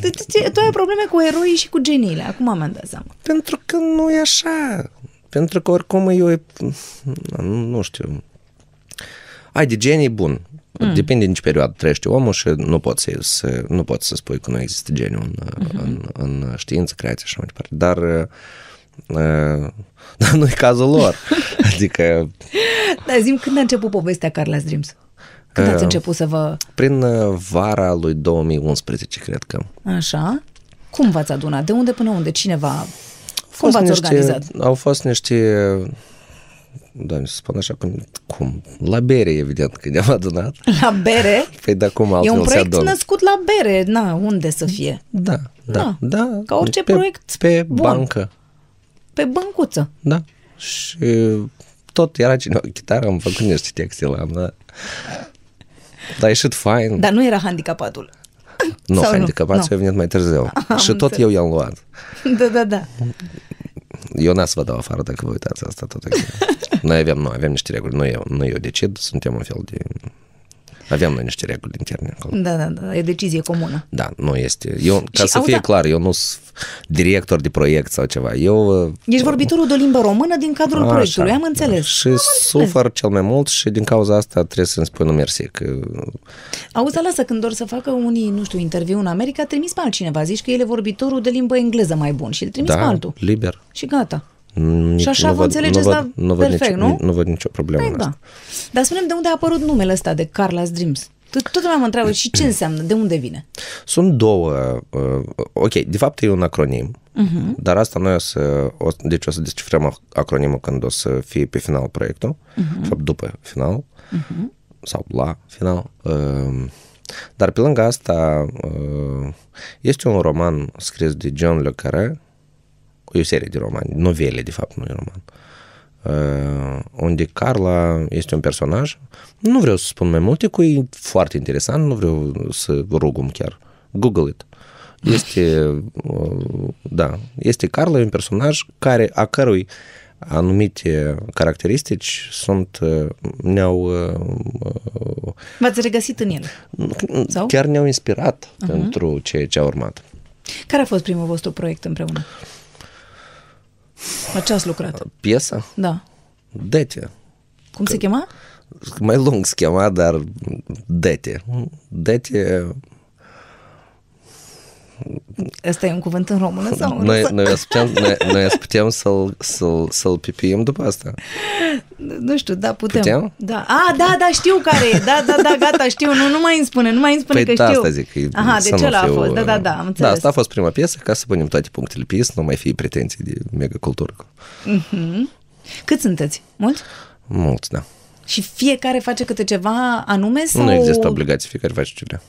Tu- tu- tu- Tu ai probleme cu eroii și cu geniile. Acum mi-am dat seama. Pentru că nu e așa. Pentru că oricum eu e... Nu, nu știu. Ai de genii bun. Hmm. Mm. Depinde din ce perioadă trăiește omul și nu poți să, să, nu poți să spui că nu există geniu în, Mhm. mm-hmm. în, în știință, creație și așa mai departe. Dar, uh, dar nu e cazul lor. adică Dar Da, zim, când a început povestea Carla's Dreams? Când Ehm. ați început să vă... prin uh, vara lui 2011, cred că. Așa? Cum v-ați adunat? De unde până unde? Cineva? Cum fost v-ați niște, organizat? Au fost niște Da, mi se spun așa cum, cum? La bere, evident, că ne-am adunat. La bere? Păi de acum E altfel un se proiect adună. născut la bere, na, unde să fie? Da, da, Da, da. ca orice pe, proiect Pe bun. bancă, Pe băncuță. da. Și uh, tot era cineva cu chitară, am făcut niște texte la am, da. Dar a ieșit fain. Dar nu era handicapatul. nu, sau nu? handicapați, Nu. eu venit mai târziu. Am și tot înțeles. eu i-am luat. Da, da, da. Eu n-am să vă dau afară dacă vă uitați asta tot. ok. Noi avem, nu, avem niște reguli. Nu eu, nu eu decid, suntem un fel de... Avem noi niște reguli interne acolo. Da, da, da. E decizie comună. Da, nu este. Eu, ca Și să auzi, fie da. clar, eu nu sunt director de proiect sau ceva. Eu... uh, Ești vorbitorul de o limbă română din cadrul Așa. da. proiectului, am înțeles. Și am înțeles. sufăr cel mai mult și din cauza asta trebuie să-mi spui nu mersi, că Auzi, dar lasă, când or să facă unii, nu știu, interviu în America, trimis pe altcineva. Zici că el e vorbitorul de limbă engleză mai bun și îl trimis pe da, altul. liber. Și gata. Nici- Și așa vă văd- înțelegeți văd- la nu văd perfect, nicio, nu? Nu văd nicio problemă Păi în da. asta. Dar spunem de unde a apărut numele ăsta de Carla's Dreams. Tot, tot lumea mă întreabă și ce înseamnă, de unde vine? Sunt două, uh, ok, de fapt e un acronim, Mhm. uh-huh. dar asta noi o să, o, deci o să descifrăm acronimul când o să fie pe final proiectul, Mhm. uh-huh. de fapt după final, uh-huh. sau la final. Uh, dar pe lângă asta uh, este un roman scris de John Le Carré, e o serie de romani, novele de fapt, nu e roman, uh, unde Carla este un personaj. Nu vreau să spun mai multe, cu e foarte interesant, nu vreau să rugăm chiar. Google it. Este, uh, da, este Carla, e un personaj care, a cărui anumite caracteristici sunt, uh, ne-au uh, V-ați regăsit în el. uh, Sau? chiar ne-au inspirat uh-huh. pentru ceea ce a urmat. Care a fost primul vostru proiect împreună? La ce ați lucrat? Uh, Piesa? Da. Dete. Cum se chema? mai lung se chema, dar dete. Dete, Ăsta e un cuvânt în română sau în noi, rusă? noi, o să putem, noi, noi o să putem să-l, să-l, să-l pipim după asta. Nu știu, da, putem. Putem? Da. A, da, da, știu care e. Da, da, da, gata, știu. Nu, nu mai îmi spune, nu mai îmi spune Păi că da, știu. asta zic. că e- Aha, să deci nu ăla a fiu- fost. Da, da, da, am înțeles. Da, asta a fost prima piesă, ca să punem toate punctele pe ei, să nu mai fie pretenții de mega cultură. Cât sunteți? Mulți? Mulți, da. Și fiecare face câte ceva anume sau... Nu există obligații, fiecare face ce vrea.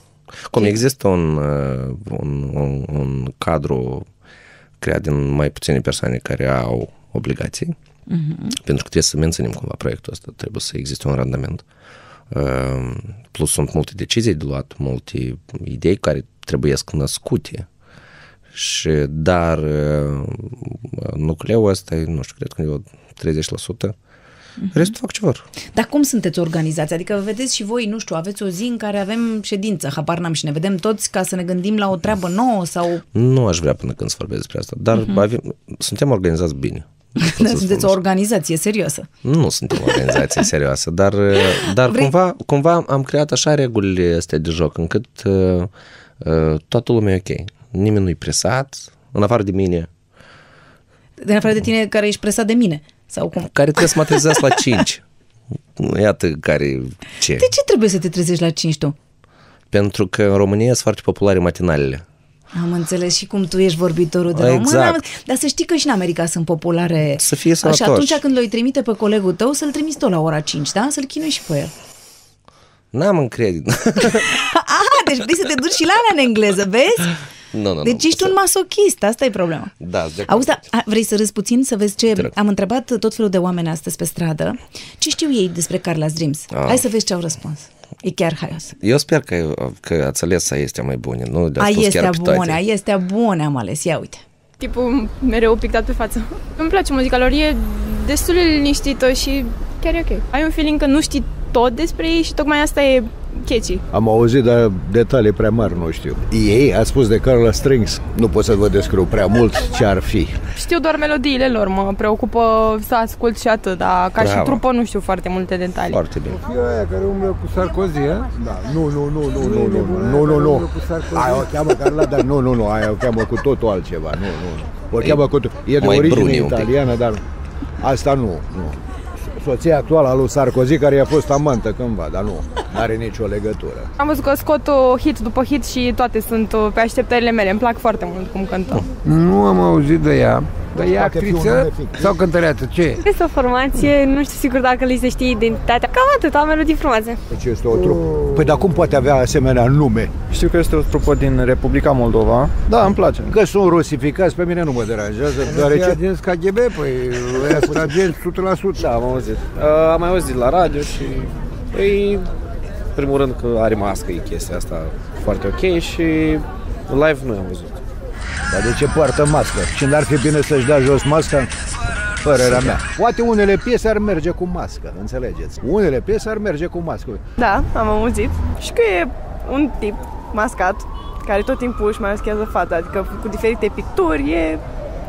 Cum există un, uh, un, un, un cadru creat din mai puține persoane care au obligații, mm-hmm. pentru că trebuie să menținem cumva proiectul ăsta, trebuie să existe un randament. Uh, Plus sunt multe decizii de luat, multe idei care trebuie născute. Și, dar uh, nucleul ăsta e, nu știu, cred că e o 30%. Restul fac ce vor. Dar cum sunteți organizați? Adică vă vedeți și voi, nu știu, aveți o zi în care avem ședință, habar n-am și ne vedem toți ca să ne gândim la o treabă nouă sau... Nu aș vrea până când să vorbesc despre asta, dar uh-huh. avem, suntem organizați bine. Pot Da, să Mhm. sunteți o spun. organizație serioasă. Nu suntem o organizație serioasă, dar, uh, dar Vrei- cumva, cumva am creat așa regulile astea de joc, încât uh, uh, toată lumea e ok. Nimeni nu-i presat, în afară de mine, De afară de tine care ești presat de mine. Sau cum? care trebuie să mă trezească la 5. Iată care ce. De ce trebuie să te trezești la 5 tu? Pentru că în România sunt foarte populare matinalele. Am înțeles și cum tu ești vorbitorul de Exact. română, am- dar să știi că și în America sunt populare. Să fie Așa, sănătoși. atunci când l-o trimite pe colegul tău, să-l trimiți tot la ora 5, da? Să-l chinui și pe el. N-am încredere. Aha, deci vrei să te duci și la alea în engleză, vezi? nu, nu, Deci nu. ești un masochist, asta e problema. Da, sunt de acord. Auzi, da, a, vrei să râzi puțin, să vezi ce... Te rog. Am întrebat tot felul de oameni astăzi pe stradă. Ce știu ei despre Carla's Dreams? Ah. Hai să vezi ce au răspuns. E chiar haios. Eu sper că, că ați ales a este mai bune, nu le-a A spus chiar este pe toate. bună, a este bună, am ales. Ia uite. tipul mereu pictat pe față. Îmi place muzica lor, e destul de liniștită și chiar e ok. Ai un feeling că nu știi tot despre ei și tocmai asta e catchy. Am auzit, dar detalii prea mari nu știu. Ei a spus de Carla Strings. Nu pot să vă descriu prea mult ce ar fi. Știu doar melodiile lor, mă preocupă să ascult și atât, dar ca Bravo. și trupă nu știu foarte multe detalii. Foarte bine. Aia care umblă cu Sarkozy, a? Da. Nu, nu, nu, nu, nu, nu, nu, nu, nu. Aia o cheamă Carla, dar nu, nu, nu, aia o cheamă cu totul altceva. Nu, nu, nu. O cheamă cu totul. E de mai origine bruni un pic. italiană, dar asta nu, nu. Soția actuală a lui Sarkozy, care i-a fost amantă cândva, dar nu, n-are nicio legătură. Am văzut că scot uh, hit după hit și toate sunt uh, pe așteptările mele. Îmi plac foarte mult cum cântă. Nu am auzit de ea, Dar e Poate fi un actriță nume fix. sau cântăreață? Ce e? Este o formație, nu știu sigur dacă li se știe identitatea. Cam atât, am melodii frumoase. Deci este o trupă. Păi dar cum poate avea asemenea nume? Știu că este o trupă din Republica Moldova. Da, îmi place. Că sunt rusificați, pe mine nu mă deranjează, fie deoarece... agenți KGB, păi, ăia sunt agenți 100%. Da, am auzit. Uh, am mai auzit la radio și... Păi, în primul rând că are mască, e chestia asta foarte ok și live nu am văzut. Dar de ce poartă mască? Și n-ar fi bine să-și dea jos masca? Părerea mea. Poate unele piese ar merge cu mască, înțelegeți? Unele piese ar merge cu mască. Da, am auzit. Și că e un tip mascat care tot timpul își maschează fața, adică cu diferite picturi, e,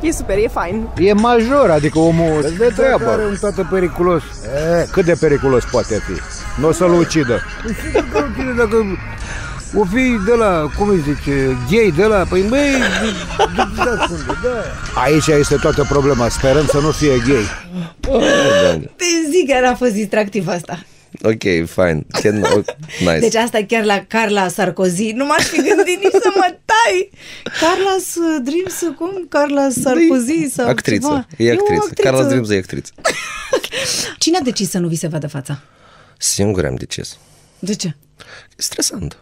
e super, e fain. E major, adică omul îți dă treabă. Care un tată periculos. E, cât de periculos poate fi? Nu o să-l ucidă. Dacă, tine, dacă o fi de la, cum îi zice, gay de la, păi băi, dați unde, da. Aici este toată problema, sperăm să nu fie gay. Da. Te zic că a fost distractiv asta. Ok, fine. Can, o- nice. Deci asta chiar la Carla Sarkozy. Nu m-aș fi gândit nici să mă tai. Carla uh, Dreams, cum? Carla Sarkozy sau actriță. ceva. E o actriță. Carla Dreams e actriță. Cine a decis să nu vi se vadă fața? Singur am decis. De ce? Stresant.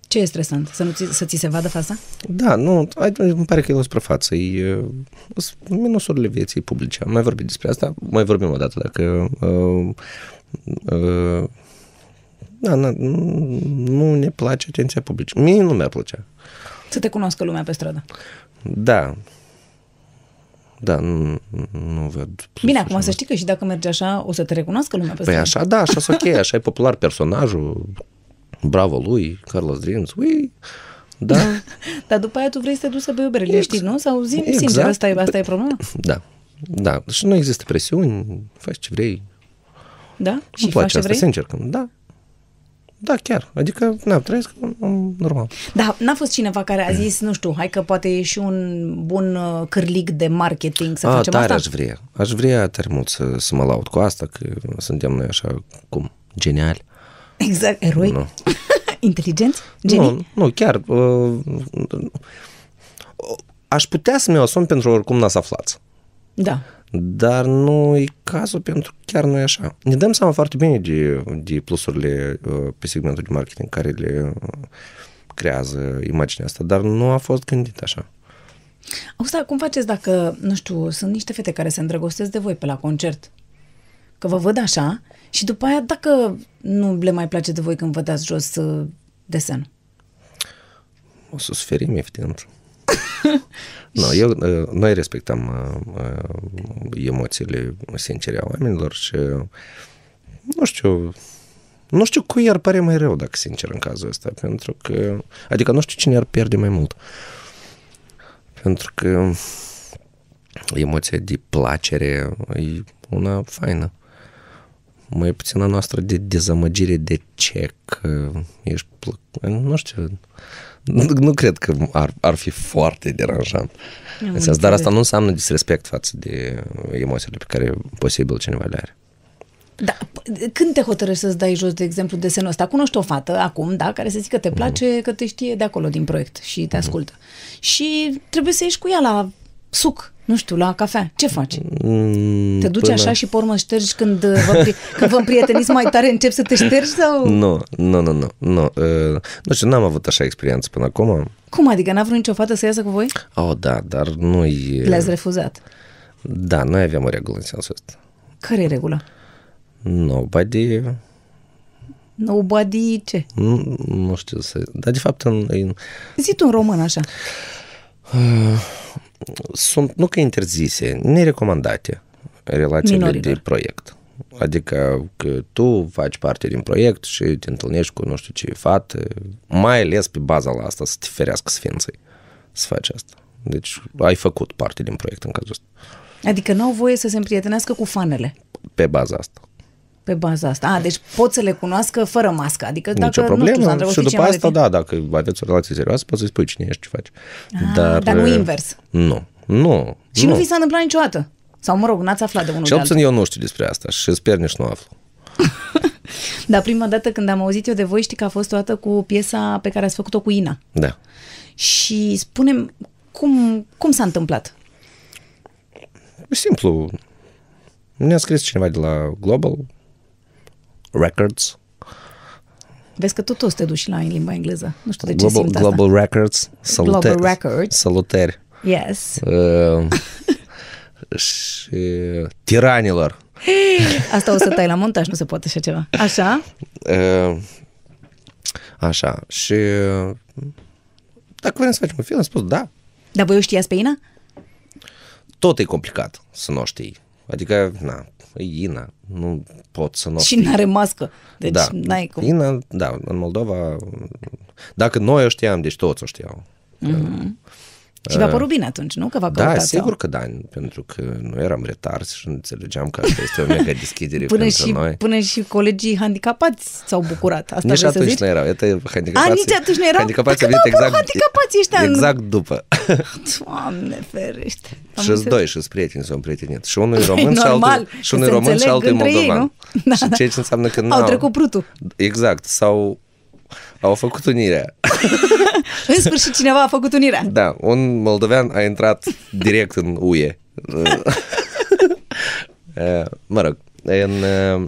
Ce e stresant? Să, nu ți, să ți se vadă fața? Da, nu, hai, îmi pare că e o suprafață, e uh, sunt minusurile vieții publice. Am mai vorbit despre asta, mai vorbim o dată dacă... Uh, uh, da, na, nu- nu ne place atenția publică. Mie nu mi-a plăcea. Să te cunoască lumea pe stradă. Da. Da, nu, nu văd. Bine, acum să știi că și dacă mergi așa, o să te recunoască lumea pe Păi stradă. așa, da, așa sunt ok, așa e popular personajul, bravo lui, Carlos Dreams, ui, da, Dar după aia tu vrei să te duci să bei o bere, le știi, nu? Sau zi Exact. sincer, asta e, asta e problema? da, da, și nu există presiuni, faci ce vrei, Da? Îmi Și faci place ce asta, vrei? sincer, că da. Da, chiar. Adică, na, trăiesc um, normal. Da, n-a fost cineva care a zis, nu știu, hai că poate e și un bun uh, cârlig de marketing să a, facem tare asta. aș vrea. Aș vrea tare mult să, să mă laud cu asta, că suntem noi așa, cum, geniali. Exact, eroi, Nu. inteligenți, genii. Nu, nu, chiar. Uh, aș putea să mi-o asum pentru oricum n-ați aflat. Da. Dar nu e cazul pentru că chiar nu e așa. Ne dăm seama foarte bine de, de plusurile uh, pe segmentul de marketing care le uh, creează imaginea asta, dar nu a fost gândit așa. Auzi, cum faceți dacă, nu știu, sunt niște fete care se îndrăgostesc de voi pe la concert? Că vă văd așa și după aia, dacă nu le mai place de voi când vă dați jos uh, desenul. O să suferim, evident. no, eu, uh, noi respectăm uh, uh, emoțiile sincere a oamenilor și uh, nu știu, nu știu cui ar pare mai rău, dacă sincer, în cazul ăsta, pentru că, adică nu știu cine ar pierde mai mult. Pentru că emoția de placere e una faină. Mai puțin a noastră de dezamăgire de ce că ești plăc... Nu știu, nu, nu cred că ar, ar fi foarte deranjant. Am În sens, dar asta înțeles. nu înseamnă disrespect față de emoțiile pe care posibil cineva le are. Da, p- când te hotărăști să-ți dai jos, de exemplu, desenul ăsta? Cunoști o fată acum, da, care să zică că te place, că te știe de acolo din proiect și te ascultă. Și trebuie să ieși cu ea la suc, nu știu, la cafea. Ce faci? Te duci Până- așa și pe urmă ștergi când uh, vă, pri- când vă împrieteniți mai tare, începi să te ștergi sau... Nu, nu, nu, nu. Nu, uh, nu știu, n-am avut așa experiență până acum. Cum adică? N-a vrut nicio fată să iasă cu voi? Oh, da, dar noi... Le-ați refuzat. Da, noi aveam o regulă în sensul ăsta. Care e regula? Nobody... Nobody ce? Nu, nu știu să... Dar, de fapt, în, în, Zi tu în român așa. Uh, sunt, nu că interzise, nerecomandate relațiile Minorilor. de proiect. Adică că tu faci parte din proiect și te întâlnești cu nu știu ce fată, mai ales pe baza la asta să te ferească sfinții să faci asta. Deci ai făcut parte din proiect în cazul ăsta, Adică n-au voie să se împrietenească cu fanele pe baza asta. pe baza asta. A, deci pot să le cunoască fără mască. Adică Dacă, Nicio dacă, nu știu, s-a problemă. și îndrăgostit după cineva de asta, tine. da, dacă aveți o relație serioasă, poți să-i spui cine ești, ce faci. Ah, dar nu eh, invers. Nu, nu. Și nu. vi s-a întâmplat niciodată? Sau, mă rog, n-ați aflat de unul Cel de altul. puțin eu nu știu despre asta și sper nici nu aflu. Dar prima dată când am auzit eu de voi, știi că a fost o dată cu piesa pe care ați făcut-o cu Ina. Da. Și spunem cum, cum s-a întâmplat? Simplu. Ne-a scris cineva de la Global Records. Vezi că tu toți te duci la în limba engleză. Nu știu de ce Global, simt Global asta. Records. Salute- Global Records. Salutări. Yes. Uh, și tiranilor. Asta o să tai la montaj, nu se poate așa ceva. Așa? Uh, așa. Și uh, dacă vrem să facem un film, am spus da. Dar voi o știați pe Ina? Tot e complicat să nu o știi. Adică, na, e Ina. Nu pot să nu o și știi. n-are mască. Deci da. n-ai cum. Ina, da, în Moldova, dacă noi o știam, deci toți o știau. Mhm. Și v-a Uh, părut bine atunci, nu? Că v-a Da, căutat sigur sau- că da, pentru că nu eram retarzi și înțelegeam că asta este o mega deschidere Până pentru și, noi. până și colegii handicapați s-au bucurat. Asta nici vrei să atunci zici? nu erau, iată handicapații. A, nici atunci nu erau? Handicapații Păi au când venit au apărut exact, handicapații ăștia în- exact după. Doamne ferește. Am și înțeles. doi, și prieteni s-au împrietenit. Și unul e Păi, român și normal, altul, și că unul e se român și înțeleg altul e între ei, moldovan. nu? Da, și da. ceea ce înseamnă că nu Au trecut prutul. Exact, sau au făcut unirea. În sfârșit cineva a făcut unirea. Da, un moldovean a intrat direct în UE. Eh, mă rog, în, eh,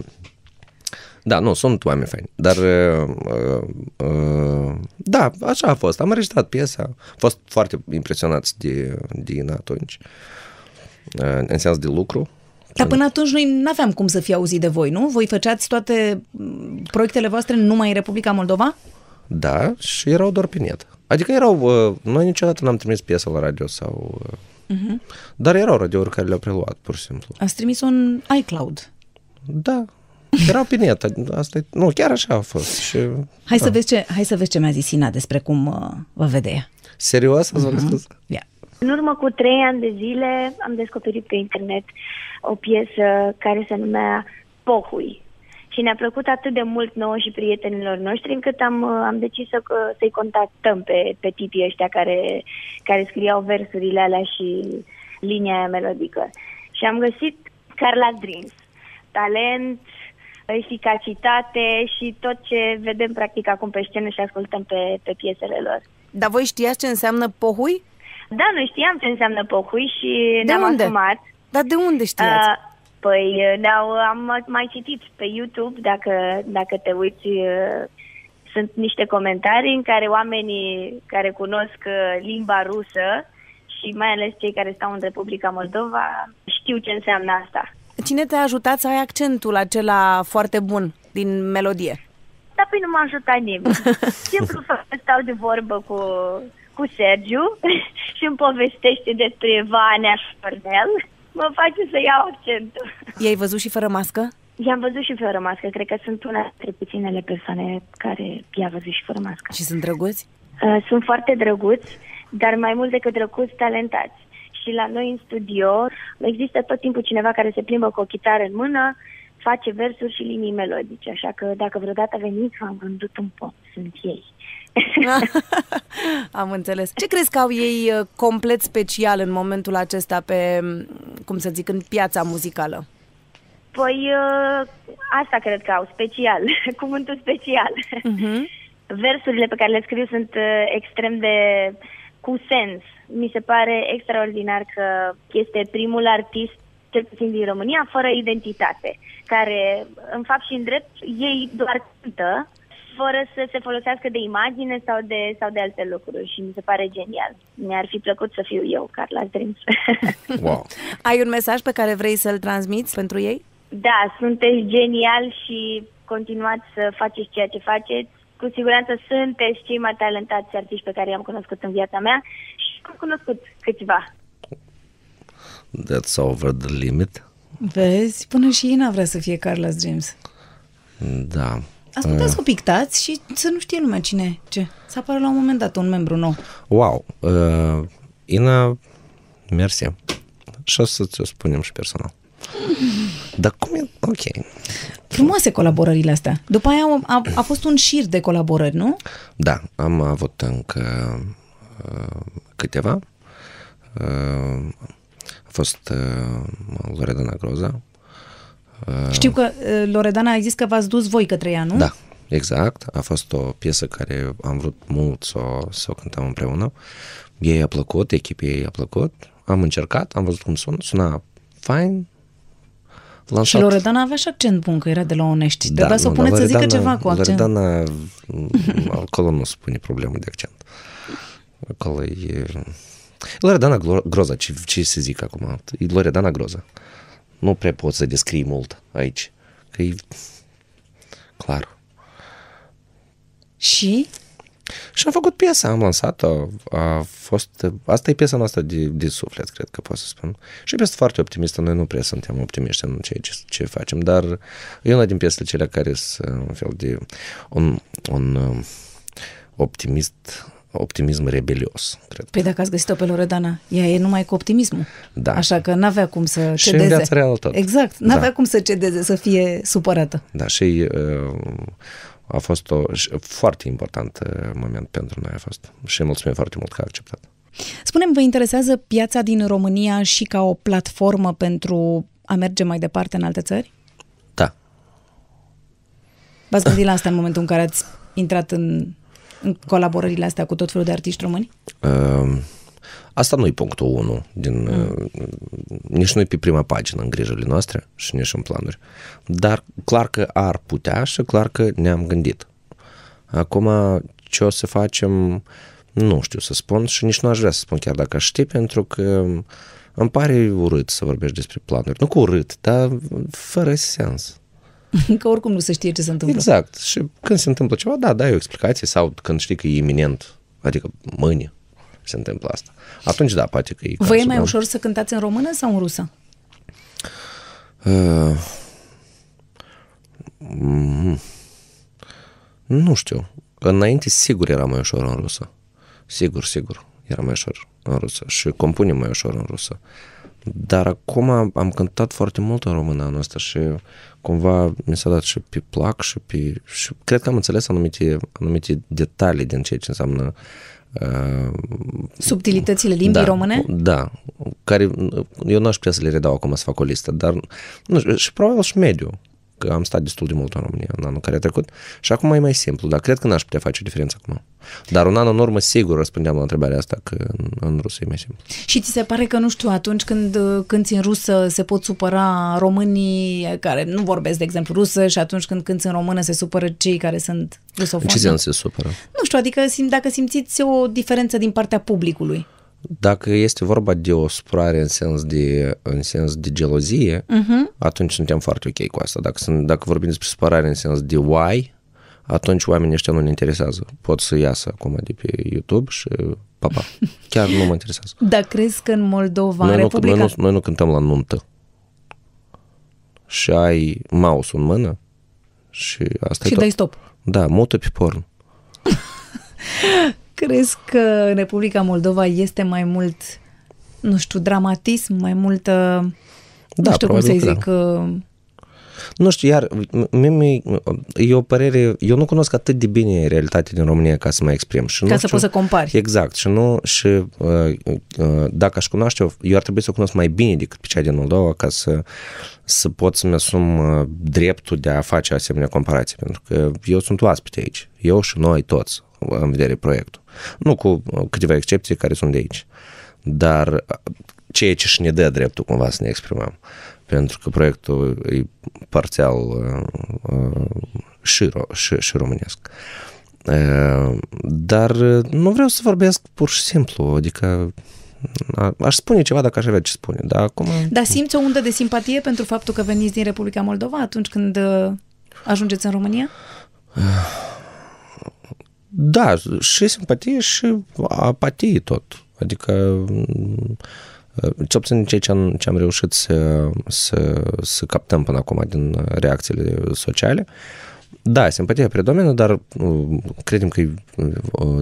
da, nu, sunt oameni faini, dar eh, eh, eh, da, așa a fost. Am înregistrat piesa, am fost foarte impresionați de, de Ina atunci, eh, în sens de lucru. Dar până atunci noi n-aveam cum să fie auzit de voi, nu? Voi făceați toate m, proiectele voastre numai în Republica Moldova? Da, și erau doar pe net. Adică erau, eh, noi niciodată n-am trimis piesa la radio sau... eh, Mhm. Dar erau radiouri care le-au preluat, pur și simplu. Ați trimis-o în iCloud. Da. Erau pe net, asta e, nu, chiar așa a fost. Și, Hai, da. să vezi ce, hai să vezi ce mi-a zis Ina despre cum uh, vă vede ea. Serios? Ați vorbit spus? În urmă cu trei ani de zile am descoperit pe internet o piesă care se numea Pohui. Și ne-a plăcut atât de mult nouă și prietenilor noștri încât am, uh, am decis să, să-i contactăm pe, pe tipii ăștia care, care scriau versurile alea și linia aia melodică. Și am găsit Carla Dreams. Talent, eficacitate și tot ce vedem practic acum pe scenă și ascultăm pe, pe piesele lor. Dar voi știați ce înseamnă pohui? Da, noi știam ce înseamnă pohui și De ne-am unde? asumat. Dar de unde știați? Uh, Păi ne-au, am mai citit pe YouTube, dacă, dacă te uiți, uh, sunt niște comentarii în care oamenii care cunosc uh, limba rusă și mai ales cei care stau în Republica Moldova știu ce înseamnă asta. Cine te-a ajutat să ai accentul acela foarte bun din melodie? Dar păi nu m-a ajutat nimeni. Simplu fac- stau de vorbă cu, cu Sergiu și îmi povestește despre Vanea Șornel. Mă face să iau accentul. I-ai văzut și fără mască? I-am văzut și fără mască. Cred că sunt una dintre puținele persoane care i-a văzut și fără mască. Și sunt drăguți? Uh, Sunt foarte drăguți, dar mai mult decât drăguți, talentați. Și la noi în studio există tot timpul cineva care se plimbă cu o chitară în mână, face versuri și linii melodice. Așa că dacă vreodată veniți, v-am gândit un pom. Sunt ei. Am înțeles. Ce crezi că au ei uh, complet special în momentul acesta pe, m, cum să zic, în piața muzicală? Păi uh, asta cred că au, special, cuvântul special. Versurile pe care le scriu sunt uh, extrem de cu sens. Mi se pare extraordinar că este primul artist, cel puțin din România, fără identitate, care, în fapt și în drept, ei doar cântă, fără să se folosească de imagine sau de, sau de alte lucruri și mi se pare genial. Mi-ar fi plăcut să fiu eu, Carla Dreams. Wow. Ai un mesaj pe care vrei să-l transmiți pentru ei? Da, sunteți genial și continuați să faceți ceea ce faceți. Cu siguranță sunteți cei mai talentați artiști pe care i-am cunoscut în viața mea și am cunoscut câțiva. That's over the limit. Vezi? Până și Ina vrea să fie Carlos James. Da. Ascultați cu pictați și să nu știe lumea cine e ce. Să apară la un moment dat un membru nou. Wow. Uh, Ina, mersi. Și o să ți-o spunem și personal. Dar cum e? Ok. Frumoase colaborările astea. După aia a- a, a fost un șir de colaborări, nu? Da, am avut încă uh, câteva. Uh, a fost uh, Loredana Groza. Uh, Știu că uh, Loredana a zis că v-ați dus voi către ea, nu? Da, exact. A fost o piesă care am vrut mult să o, să o cântăm împreună. Ei a plăcut, echipei ei a plăcut. Am încercat, am văzut cum sună. Suna fain. Lansat. Și Loredana avea și accent bun, că era de la Onești. Da, Trebuia să o nu, puneți să zică Loredana- ceva cu accent. Loredana, m, mm, acolo nu se pune problemă de accent. Acolo e... mm. Loredana Glo- Groza, ce, ce să zic acum? E Loredana Groza. Nu prea pot să descrii mult aici. Că e... Clar. Și? Și am făcut piesa, am lansat-o. A fost... Asta e piesa noastră de, de suflet, cred că pot să spun. Și e piesă foarte optimistă. Noi nu prea suntem optimiști în ceea ce, ce facem, dar e una din piesele cele care sunt un fel de... un, un um, optimist optimism rebelios, cred. Păi dacă ați găsit-o pe Loredana, ea e numai cu optimismul. Da. Așa că n-avea cum să cedeze. Și în viața reală tot. Exact. Da. N-avea cum să cedeze, să fie supărată. Da, și uh, a fost o, și- foarte important uh, moment pentru noi a fost. Și mulțumim foarte mult că a acceptat. Spunem, vă interesează piața din România și ca o platformă pentru a merge mai departe în alte țări? Da. V-ați gândit la asta în momentul în care ați intrat în, în colaborările astea cu tot felul de artiști români? Uh, asta nu e punctul 1 din, uh, nici nu e pe prima pagină în grijile noastre și nici în planuri. Dar clar că ar putea și clar că ne-am gândit. Acum ce o să facem, nu știu să spun și nici nu aș vrea să spun chiar dacă aș ști, pentru că îmi pare urât să vorbești despre planuri. Nu cu urât, dar fără sens. Că oricum nu se știe ce se întâmplă. Exact. Și când se întâmplă ceva, da, dai o explicație sau când știi că e iminent, adică mâine se întâmplă asta. Atunci, da, poate că e... Vă e cazul, mai da. ușor să cântați în română sau în rusă? Uh, mm, nu știu. Înainte, sigur, era mai ușor în rusă. Sigur, sigur, era mai ușor în rusă. Și compunem mai ușor în rusă. Dar acum am am cântat foarte mult în română anul ăsta și cumva mi s-a dat și pe plac și pe... Și cred că am înțeles anumite, anumite detalii din ceea ce înseamnă uh, Subtilitățile limbii da, române? Da, care eu n-aș putea să le redau acum să fac o listă, dar nu știu, și probabil și mediu, că am stat destul de mult în România în anul care a trecut și acum e mai simplu, dar cred că n-aș putea face o diferență acum. Dar un an în urmă sigur răspundeam la întrebarea asta că în, în rusă e mai simplu. Și ți se pare că, nu știu, atunci când uh, cânti în rusă se pot supăra românii care nu vorbesc, de exemplu, rusă și atunci când cânti în română se supără cei care sunt În rusofoni? ce sens se supără? Nu știu, adică sim, dacă simțiți o diferență din partea publicului. Dacă este vorba de o supărare în sens de, în sens de gelozie, Mhm. atunci suntem foarte ok cu asta. Dacă, sunt, dacă vorbim despre supărare în sens de why, atunci oamenii ăștia nu ne interesează. Pot să iasă acum de pe YouTube și papa. Chiar nu mă interesează. Dar crezi că în Moldova, în Noi nu, Republica... noi, nu, noi nu cântăm la nuntă. Și ai mouse în mână și asta Și e tot. dai stop. Da, mută pe porn. Crezi că în Republica Moldova este mai mult, nu știu, dramatism, mai multă, Da, nu știu cum să-i probabil că zic, da. Nu știu, iar m- mie, mi- e o părere, eu nu cunosc atât de bine realitatea din România ca să mă exprim. Și Ca nu să știu, poți să compari. Exact. Și nu, și uh, uh, dacă aș cunoaște, eu ar trebui să o cunosc mai bine decât pe cea din Moldova ca să, să pot să-mi asum uh, dreptul de a face asemenea comparație. Pentru că eu sunt oaspete aici. Eu și noi toți uh, în vedere proiectul. Nu cu uh, câteva excepții care sunt de aici. Dar uh, ceea ce și ne dă dreptul cumva să ne exprimăm. Pentru că proiectul e parțial uh, uh, și, ro- și, și românesc. Uh, Dar uh, nu vreau să vorbesc pur și simplu, adică a- aș spune ceva dacă aș avea ce spune, dar acum... Dar Da, simți o undă de simpatie pentru faptul că veniți din Republica Moldova atunci când uh, ajungeți în România? Da, și simpatie și apatie tot. Adică, m, cel puțin ceea ce am, ce am reușit să, să, să captăm până acum din reacțiile sociale. Da, simpatia predomină, dar m, credem că e m,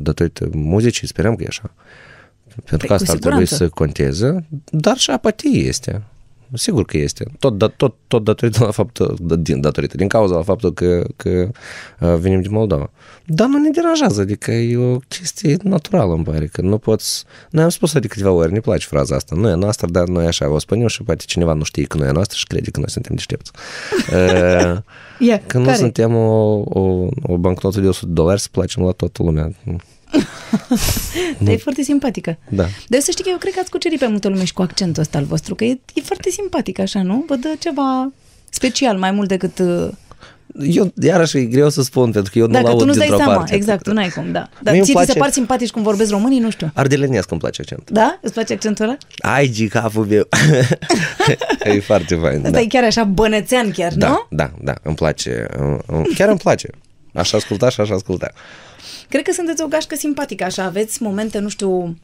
datorită muzicii, sperăm că e așa. Pentru Păi, că asta cu ar trebui siguranță. să conteze, dar și apatie este. Sigur că este. Tot, da, tot, tot datorită la faptul, da- din, datorită, din cauza la faptul că, că uh, venim din Moldova. Dar nu ne deranjează, adică e o chestie naturală, îmi pare, că nu poți... Noi am spus de câteva ori, ne place fraza asta, nu e a noastră, dar noi așa o spunem și poate cineva nu știe că nu e a noastră și crede că noi suntem deștepți. Uh, Ia, că nu care? suntem o, o, o bancnotă de 100 de dolari să placem la toată lumea. Dar e foarte simpatică. Da. Dar eu să știi că eu cred că ați cucerit pe multă lume și cu accentul ăsta al vostru, că e, e foarte simpatic așa, nu? Vă dă ceva special, mai mult decât... uh, Eu, iarăși, e greu să spun, pentru că eu nu-l Dacă tu aud nu-ți dai dintr-o seama, parte. exact, tu n-ai cum, da. Dar Mie ție îmi ți se place- par simpatici cum vorbesc românii, nu știu. Ardelenesc îmi place accent. Da? Îți place accentul ăla? Ai, G, capul meu. e foarte fain. Asta da. e chiar așa bănățean chiar, da, nu? da, da, îmi place. Îmi- îmi- Chiar îmi place. Aș asculta și aș asculta. Cred că sunteți o gașcă simpatică, așa, aveți momente, nu știu,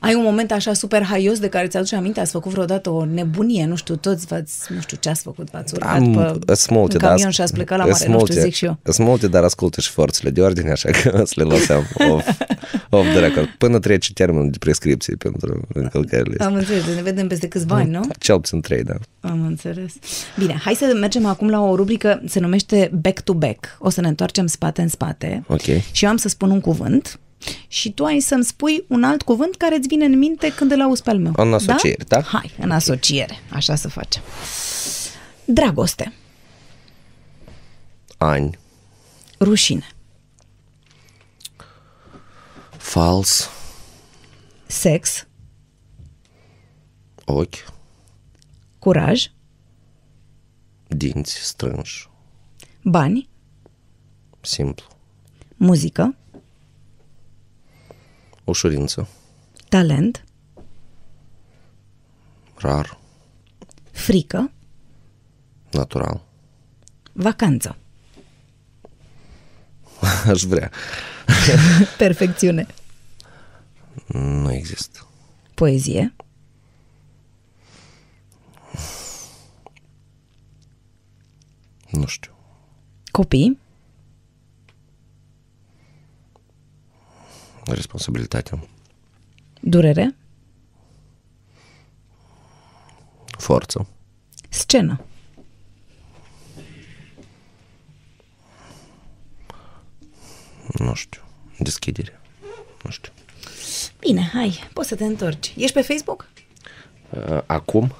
ai un moment așa super haios de care ți-aduce aminte, ați făcut vreodată o nebunie, nu știu, toți v-ați, nu știu ce ați făcut, v-ați urcat Am, pe sunt multe, un dar... camion și ați plecat la mare, sunt nu știu, multe- zic și eu. Sunt multe, dar ascultă și forțele de ordine, așa că să le lăsăm off, off the record. Până trece termenul de prescripție pentru încălcările astea. Am înțeles, deci ne vedem peste câțiva ani, nu? Cel puțin trei, da. Am înțeles. Bine, hai să mergem acum la o rubrică, se numește Back to Back. O să ne întoarcem spate în spate. Ok. Și eu am să spun un cuvânt și tu ai să-mi spui un alt cuvânt care îți vine în minte când îl auzi pe al meu. În asocieri, da? Hai, în asociere. Așa să facem. Dragoste. Ani. Rușine. Fals. Sex. Ochi. Curaj. Dinți strânși. Bani. Simplu. Muzică. Ușurință. Talent. Rar. Frică. Natural. Vacanță. Aș vrea. Perfecțiune. Nu există. Poezie. Nu știu. Copii. Responsabilitatea. Durere. Forță. Scenă. Nu știu. Deschidere. Nu știu. Bine, hai, poți să te întorci. Ești pe Facebook? Uh, Acum?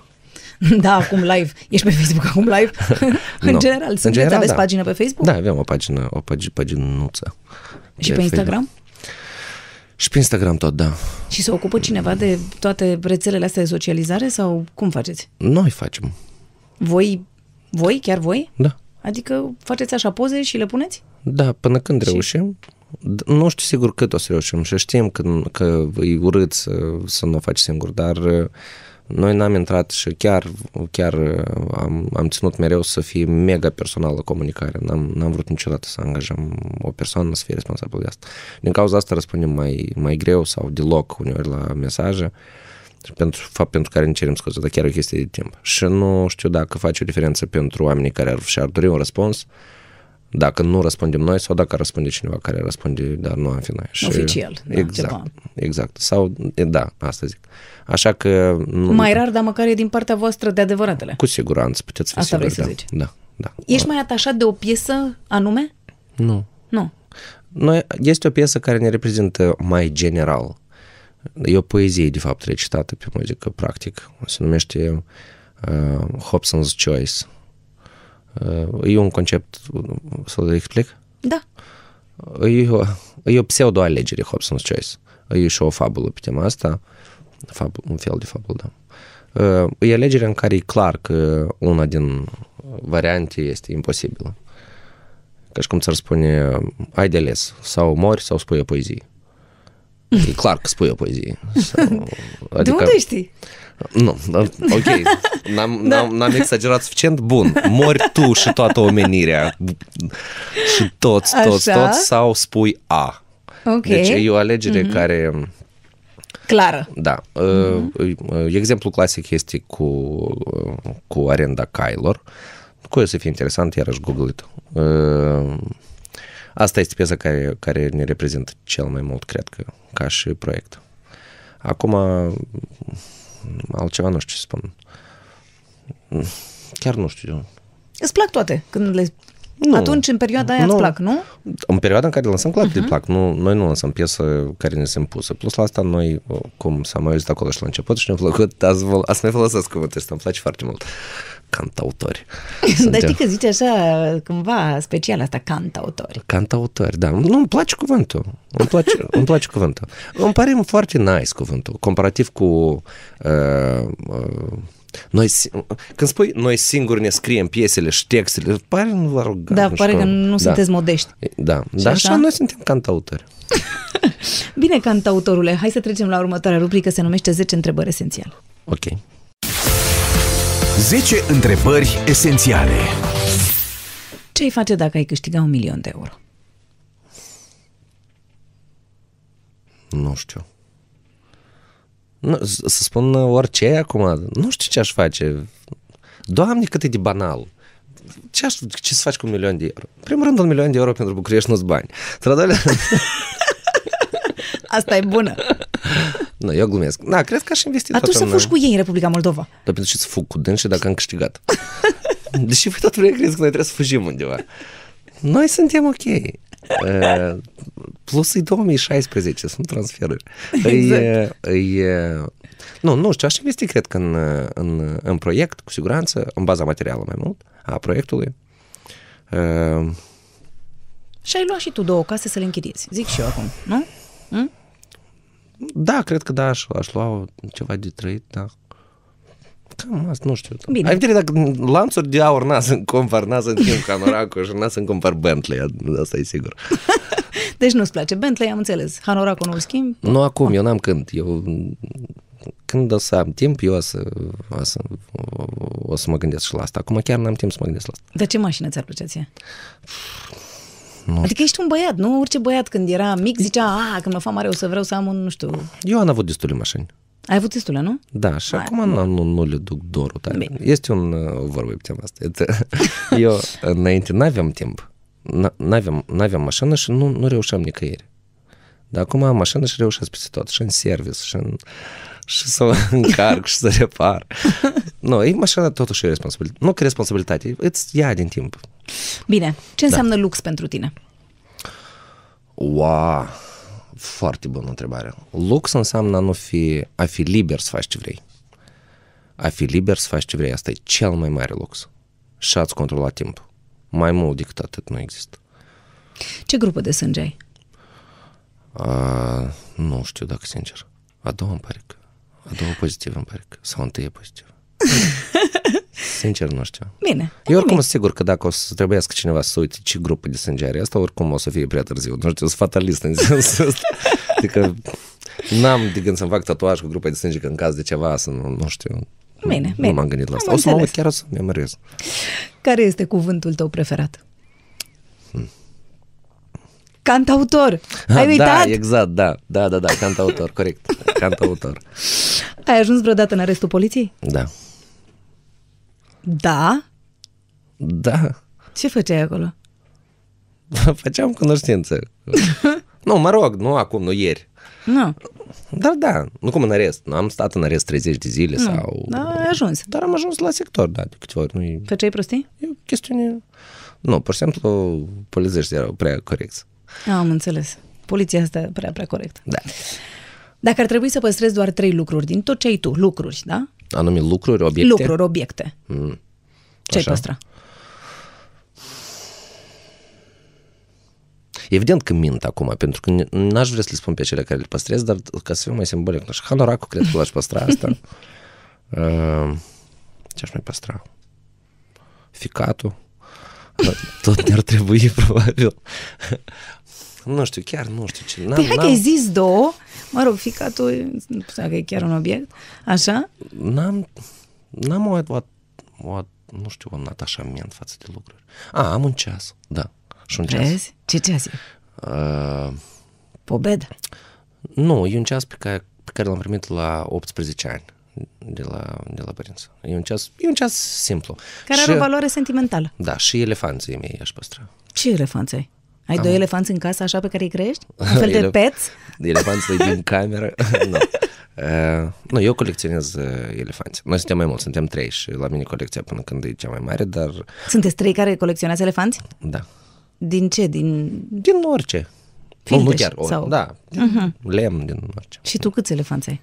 Da, acum live. Ești pe Facebook acum live? în Nu. general, sunteți, aveți pagină pe Facebook? Da, avem o pagină, o pagi- paginuță. Și de pe Instagram? Și pe Instagram tot, da. Și se ocupă cineva de toate rețelele astea de socializare sau cum faceți? Noi facem. Voi, voi, chiar voi? Da. Adică faceți așa poze și le puneți? Da, până când și... reușim. D- Nu știu sigur cât o să reușim și știm că, că e urât să, să nu o faci singur, dar uh, noi n-am intrat și chiar, chiar uh, am, am ținut mereu să fie mega personală comunicarea. N-am, n-am vrut niciodată să angajăm o persoană să fie responsabilă de asta. Din cauza asta răspundem mai, mai greu sau deloc uneori la mesaje și pentru fapt pentru care ne cerem scuze, dar chiar e o chestie de timp. Și nu știu dacă face o diferență pentru oamenii care ar, și-ar dori un răspuns, dacă nu răspundem noi sau dacă răspunde cineva care răspunde, dar nu am fi noi. Și Oficial, da, exact, ceva. Exact. Sau, e, da, asta zic. Așa că... Nu, Mai rar, dar măcar e din partea voastră de adevăratele. Cu siguranță, puteți fi Asta vrei siguri. să zici. da. Da, da. Ești mai atașat de o piesă anume? Nu. Nu. Noi, este o piesă care ne reprezintă mai general. E o poezie, de fapt, recitată pe muzică, practic. Se numește uh, Hobson's Choice. Uh, e un concept, să-l explic? Da. E o, e o pseudo-alegere, Hobson's Choice. E și o fabulă pe tema asta. Fabul, un fel de fabulă, da. Uh, E alegerea în care e clar că una din variante este imposibilă. Ca și cum ți-ar spune, ai de ales, sau mori, sau spui o poezie. E clar că spui o poezie. Sau, adică De unde știi? Nu, da, ok, n-am, Da. n-am, n-am exagerat suficient, bun, mori tu și toată omenirea și toți, toți, Așa. toți, sau spui A. Ok. Deci e o alegere Mhm. care... Clară. Da. Uh, Exemplu clasic este cu, uh, cu arenda cailor. Cu o să fie interesant, iarăși googlit. Uh, Asta este piesa care, care ne reprezintă cel mai mult, cred că, ca și proiect. Acum, altceva nu știu ce spun. Chiar nu știu. Îți plac toate când le... Nu. Atunci, în perioada aia, Nu. îți plac, nu? Mhm. În perioada în care lansăm, clar, uh-huh. plac. Nu, noi nu lansăm piesă care ne se impusă. Plus la asta, noi, uh, cum s-a mai auzit acolo și la început și ne-a plăcut, azi, vol- azi ne folosesc cuvântul ăsta, îmi place foarte mult. cantautori. Dar știi Suntem că zice așa, cumva special asta, cantautori. cantautori, da. Nu, îmi place cuvântul. Îmi place, îmi place cuvântul. Îmi pare foarte nice cuvântul, comparativ cu... Uh, uh, noi, si- când spui noi singuri ne scriem piesele și textele, pare nu vă rog. Da, pare că nu sunteți modești. Da, Și dar așa așa? noi suntem cantautori. Bine, cantautorule, hai să trecem la următoarea rubrică, se numește 10 întrebări esențiale. Ok. 10 întrebări esențiale. Ce ai face dacă ai câștiga un milion de euro? Nu știu. Nu, s- să spun orice acum, nu știu ce aș face. Doamne, cât e de banal. Ce, aș, ce să faci cu un milion de euro? În primul rând, un milion de euro pentru București nu-ți bani. Într-al doilea rând, Asta e bună. nu, eu glumesc. Da, cred că aș investi Atunci să tot în... fugi cu ei în Republica Moldova. Dar pentru ce să fug cu dânsii dacă am câștigat? Deși voi tot vremea crezi că noi trebuie să fugim undeva. Noi suntem ok. Uh, Plus e 2016, sunt transferuri. Exact. E, e, uh, nu, nu știu, aș investi, cred că, în, în, în proiect, cu siguranță, în baza materială mai mult, a proiectului. Uh, Și ai luat și tu două case să le închiriezi. Zic și eu acum, nu? Hm? Da, cred că da, aș, aș lua ceva de trăit, da. Cam asta, nu știu. da. Bine. Ai vedere dacă lanțuri de aur n-a să-mi compar, n-a să-mi schimb canoracul și n-a să-mi compar Bentley, asta e sigur. Deci nu-ți place Bentley, am înțeles. Hanoracul nu-l schimb. Nu acum, eu n-am când. Eu, când o să am timp, eu o să, o să, o să mă gândesc și la asta. Acum chiar n-am timp să mă gândesc la asta. Dar ce mașină ți-ar plăcea ție? Nu. Adică ești un băiat, nu? Orice băiat când era mic zicea, a, când mă fac mare o să vreau să am un, nu știu... Eu am avut destule mașini. Ai avut destulă, nu? Da, și acum nu, nu, nu le duc dorul tare. Este un uh, vorbă pe tema asta. Este- Eu înainte n-aveam timp. N- N-aveam, n-aveam mașină și nu, nu reușeam nicăieri. Dar acum am mașină și reușesc peste tot. Și în service, și, în, și să o încarc și să repar. Nu, e mașina totuși e responsabilitate. Nu că responsabilitate, îți ia din timp. Bine, ce Da. înseamnă lux pentru tine? Wow! Foarte bună întrebare. Lux înseamnă a nu fi, a fi liber să faci ce vrei. A fi liber să faci ce vrei, asta e cel mai mare lux. Și ați controla timpul. Mai mult decât atât nu există. Ce grupă de sânge ai? A, nu știu dacă sincer. A doua îmi pare că. A doua pozitivă îmi pare că. Sau întâia pozitivă. sincer nu știu. Bine. Eu oricum sunt sigur că dacă o să trebuiască cineva să uite ce grupă de sânge are asta, oricum o să fie prea târziu. Nu știu, sunt fatalist în sensul ăsta. Adică n-am de gând să-mi fac tatuaj cu grupa de sânge, că în caz de ceva să nu, nu știu. Bine, nu bine. m-am gândit la asta. Am o să mă uit înțeles. chiar o să memorez. Care este cuvântul tău preferat? Cantautor! Ai Hmm. Da, uitat? exact, da. Da, da, da, cantautor, corect. Cantautor. Ai ajuns vreodată în arestul poliției? Da. Da. Da. Ce făceai acolo? Făceam cunoștință. nu, mă rog, nu acum, nu ieri. Nu. Dar da, nu cum în arest. Nu am stat în arest 30 de zile Nu. sau... Da, ai ajuns. Dar am ajuns la sector, da, de câteva ori. Nu, Făceai prostii? E o chestiune... nu pur și simplu polițiștii erau prea corecți. Am înțeles. Poliția asta prea, prea corectă. Da. Dacă ar trebui să păstrezi doar trei lucruri din tot ce ai tu, lucruri, da? Anume lucruri, obiecte. Lucruri, obiecte. Mm. Ce ai Așa. păstra? Evident că mint acum, pentru că n- n-aș vrea să le spun pe cele care le păstrez, dar ca să fiu mai simbolic, nu știu, hanoracul cred că l-aș păstra asta. Uh, Ce aș mai păstra? Ficatul. Dar Tot ne-ar trebui, probabil. Nu știu, chiar nu știu ce. N-am, Păi hai că ai n-am- zis două, mă rog, ficatul, nu știu dacă e chiar un obiect, așa? N-am, n-am o, o, o, nu știu, un atașament față de lucruri. A, am un ceas, da. Și un ceas. Vezi? Ce ceas e? Uh, Pobeda. nu, e un ceas pe care, pe care l-am primit la 18 ani de la, de la părinți. E un ceas, e un ceas simplu. Care și, are o valoare sentimentală. Da, și elefanții mei aș păstra. Ce elefanți ai? Ai Am- doi elefanți în casă așa pe care îi crești? Un fel de Ele- peți? Elefanții din cameră. nu. Uh, nu, eu colecționez uh, elefanți. Noi suntem mai mulți, suntem trei și la mine colecția până când e cea mai mare, dar Sunteți trei care colecționează elefanți? da, Din ce? Din... Din orice. Nu, nu Fildeș chiar, ori, sau- da, Mhm. lemn din orice. Și tu câți elefanți ai?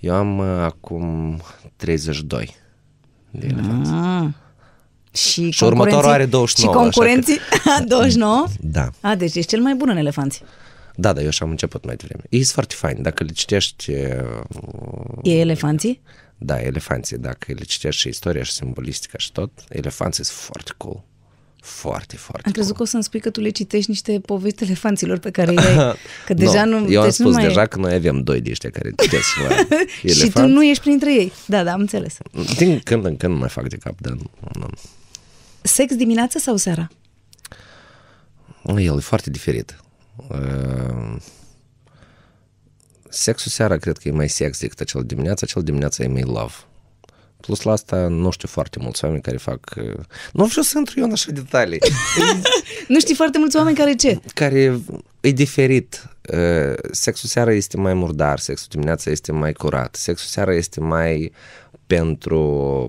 Eu am uh, acum 32. de elefanți. Ah. Și, Și următorul concurenții- are 29, Și așa concurenții... Că... 29? Da. A, deci ești cel mai bun în elefanți. Da, da, eu și-am început mai devreme. Ei sunt foarte faini. Dacă le citești... e, E elefanții? Da, elefanții. Dacă le citești și istoria și simbolistica și tot, elefanții sunt foarte cool. Foarte, foarte Am crezut că o să-mi spui că tu le citești niște povești elefanților pe care le Că deja nu... Eu am deci nu spus mai e. deja că noi avem doi de ăștia care citesc la Și tu elefant. nu ești printre ei. Da, da, am înțeles. Din când în când mai fac de cap, dar nu, Sex dimineața sau seara? nu. El e foarte diferit. Uh, Sexul seara cred că e mai sex decât acel dimineața, acel dimineața e mai love. Plus la asta nu știu foarte mulți oameni care fac... uh, Nu vreau să intru eu în așa detalii. Nu știi foarte mulți oameni care ce? care e diferit. Uh, Sexul seara este mai murdar, sexul dimineața este mai curat, sexul seara este mai pentru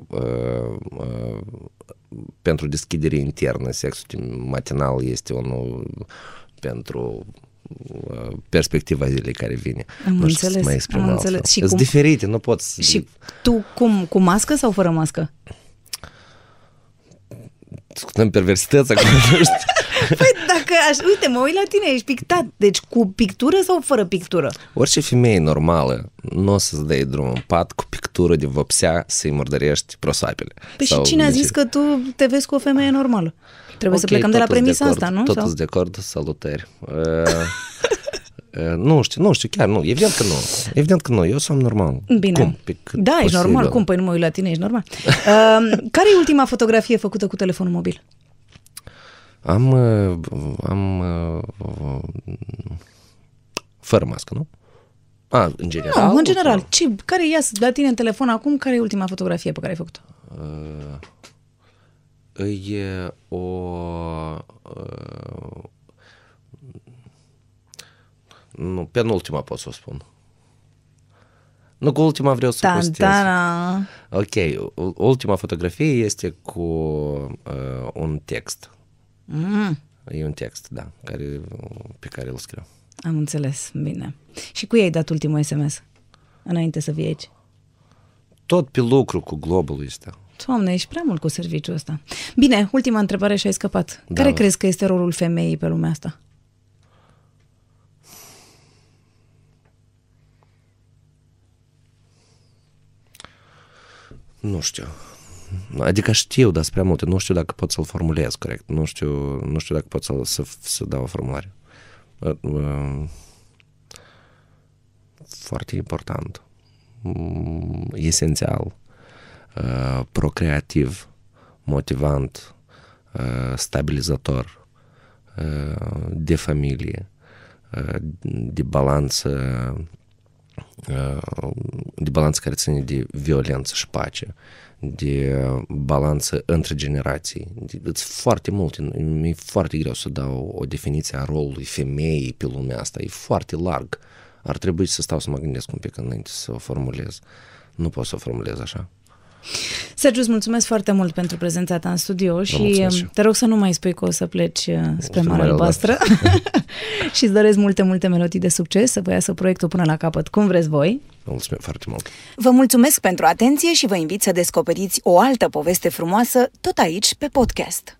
uh, uh, pentru deschidere internă, sexul dim- matinal este unul pentru uh, perspectiva zilei care vine. Am nu știu să înțeles, mai exprim am altfel. înțeles. Și Sunt cum- diferite, nu poți... Și tu cum? Cu mască sau fără mască? Discutăm perversități acum, nu știu. Păi dacă aș... Uite, mă uit la tine, ești pictat. Deci cu pictură sau fără pictură? Orice femeie normală nu o să-ți dai drumul în pat cu pictură de vopsea să-i murdărești prosoapele. Păi Sau și cine a nici- zis că tu te vezi cu o femeie normală? Trebuie să Ok, plecăm de la totul premisa de acord, asta, nu? Totul Sau- de acord, salutări. Uh, uh, nu știu, nu știu, chiar nu. Evident că nu. Evident că nu. Eu sunt normal. Bine. Cum? Pe cât Da, ești posibil. normal. Cum? Păi nu mă uit la tine, ești normal. Uh, care e ultima fotografie făcută cu telefonul mobil? Am, uh, am uh, fără mască, nu? A, în general. Nu, în general. Ce, care ia la tine în telefon acum? Care e ultima fotografie pe care ai făcut-o? Э, Uh, e o... Uh, nu, penultima pot să o spun. Nu, cu ultima vreau să postez. Tantana! Ok, u- ultima fotografie este cu uh, un text. Mm, E un text, da, care, pe care îl scriu. am înțeles. Bine. Și cui ai dat ultimul SMS? Înainte să vii aici. Tot pe lucru cu globul ăsta. Doamne, ești prea mult cu serviciul ăsta. Bine, ultima întrebare și ai scăpat. Da, Care vă- crezi că este rolul femeii pe lumea asta? Nu știu. Adică știu despre multe, nu știu dacă pot să-l formulez corect, nu știu, nu știu dacă pot să, să, să dau o formulare. Uh, uh, Foarte important, Mm, esențial, uh, procreativ, motivant, uh, stabilizator uh, de familie, uh, de balanță uh, de balanță care ține de violență și pace, de balanță între generații. De- Sunt foarte multe, mi-e foarte greu să dau o definiție a rolului femeii pe lumea asta, e foarte larg. Ar trebui să stau să mă gândesc un pic înainte să o formulez. Nu pot să o formulez așa. Sergiu, îți mulțumesc foarte mult pentru prezența ta în studio și um, mulțumesc și eu. te rog să nu mai spui că o să pleci uh, spre Marea Marea Albastră. și îți doresc multe, multe melodii de succes, să vă iasă proiectul până la capăt, cum vreți voi. Vă mulțumesc foarte mult. Vă mulțumesc pentru atenție și vă invit să descoperiți o altă poveste frumoasă tot aici pe podcast.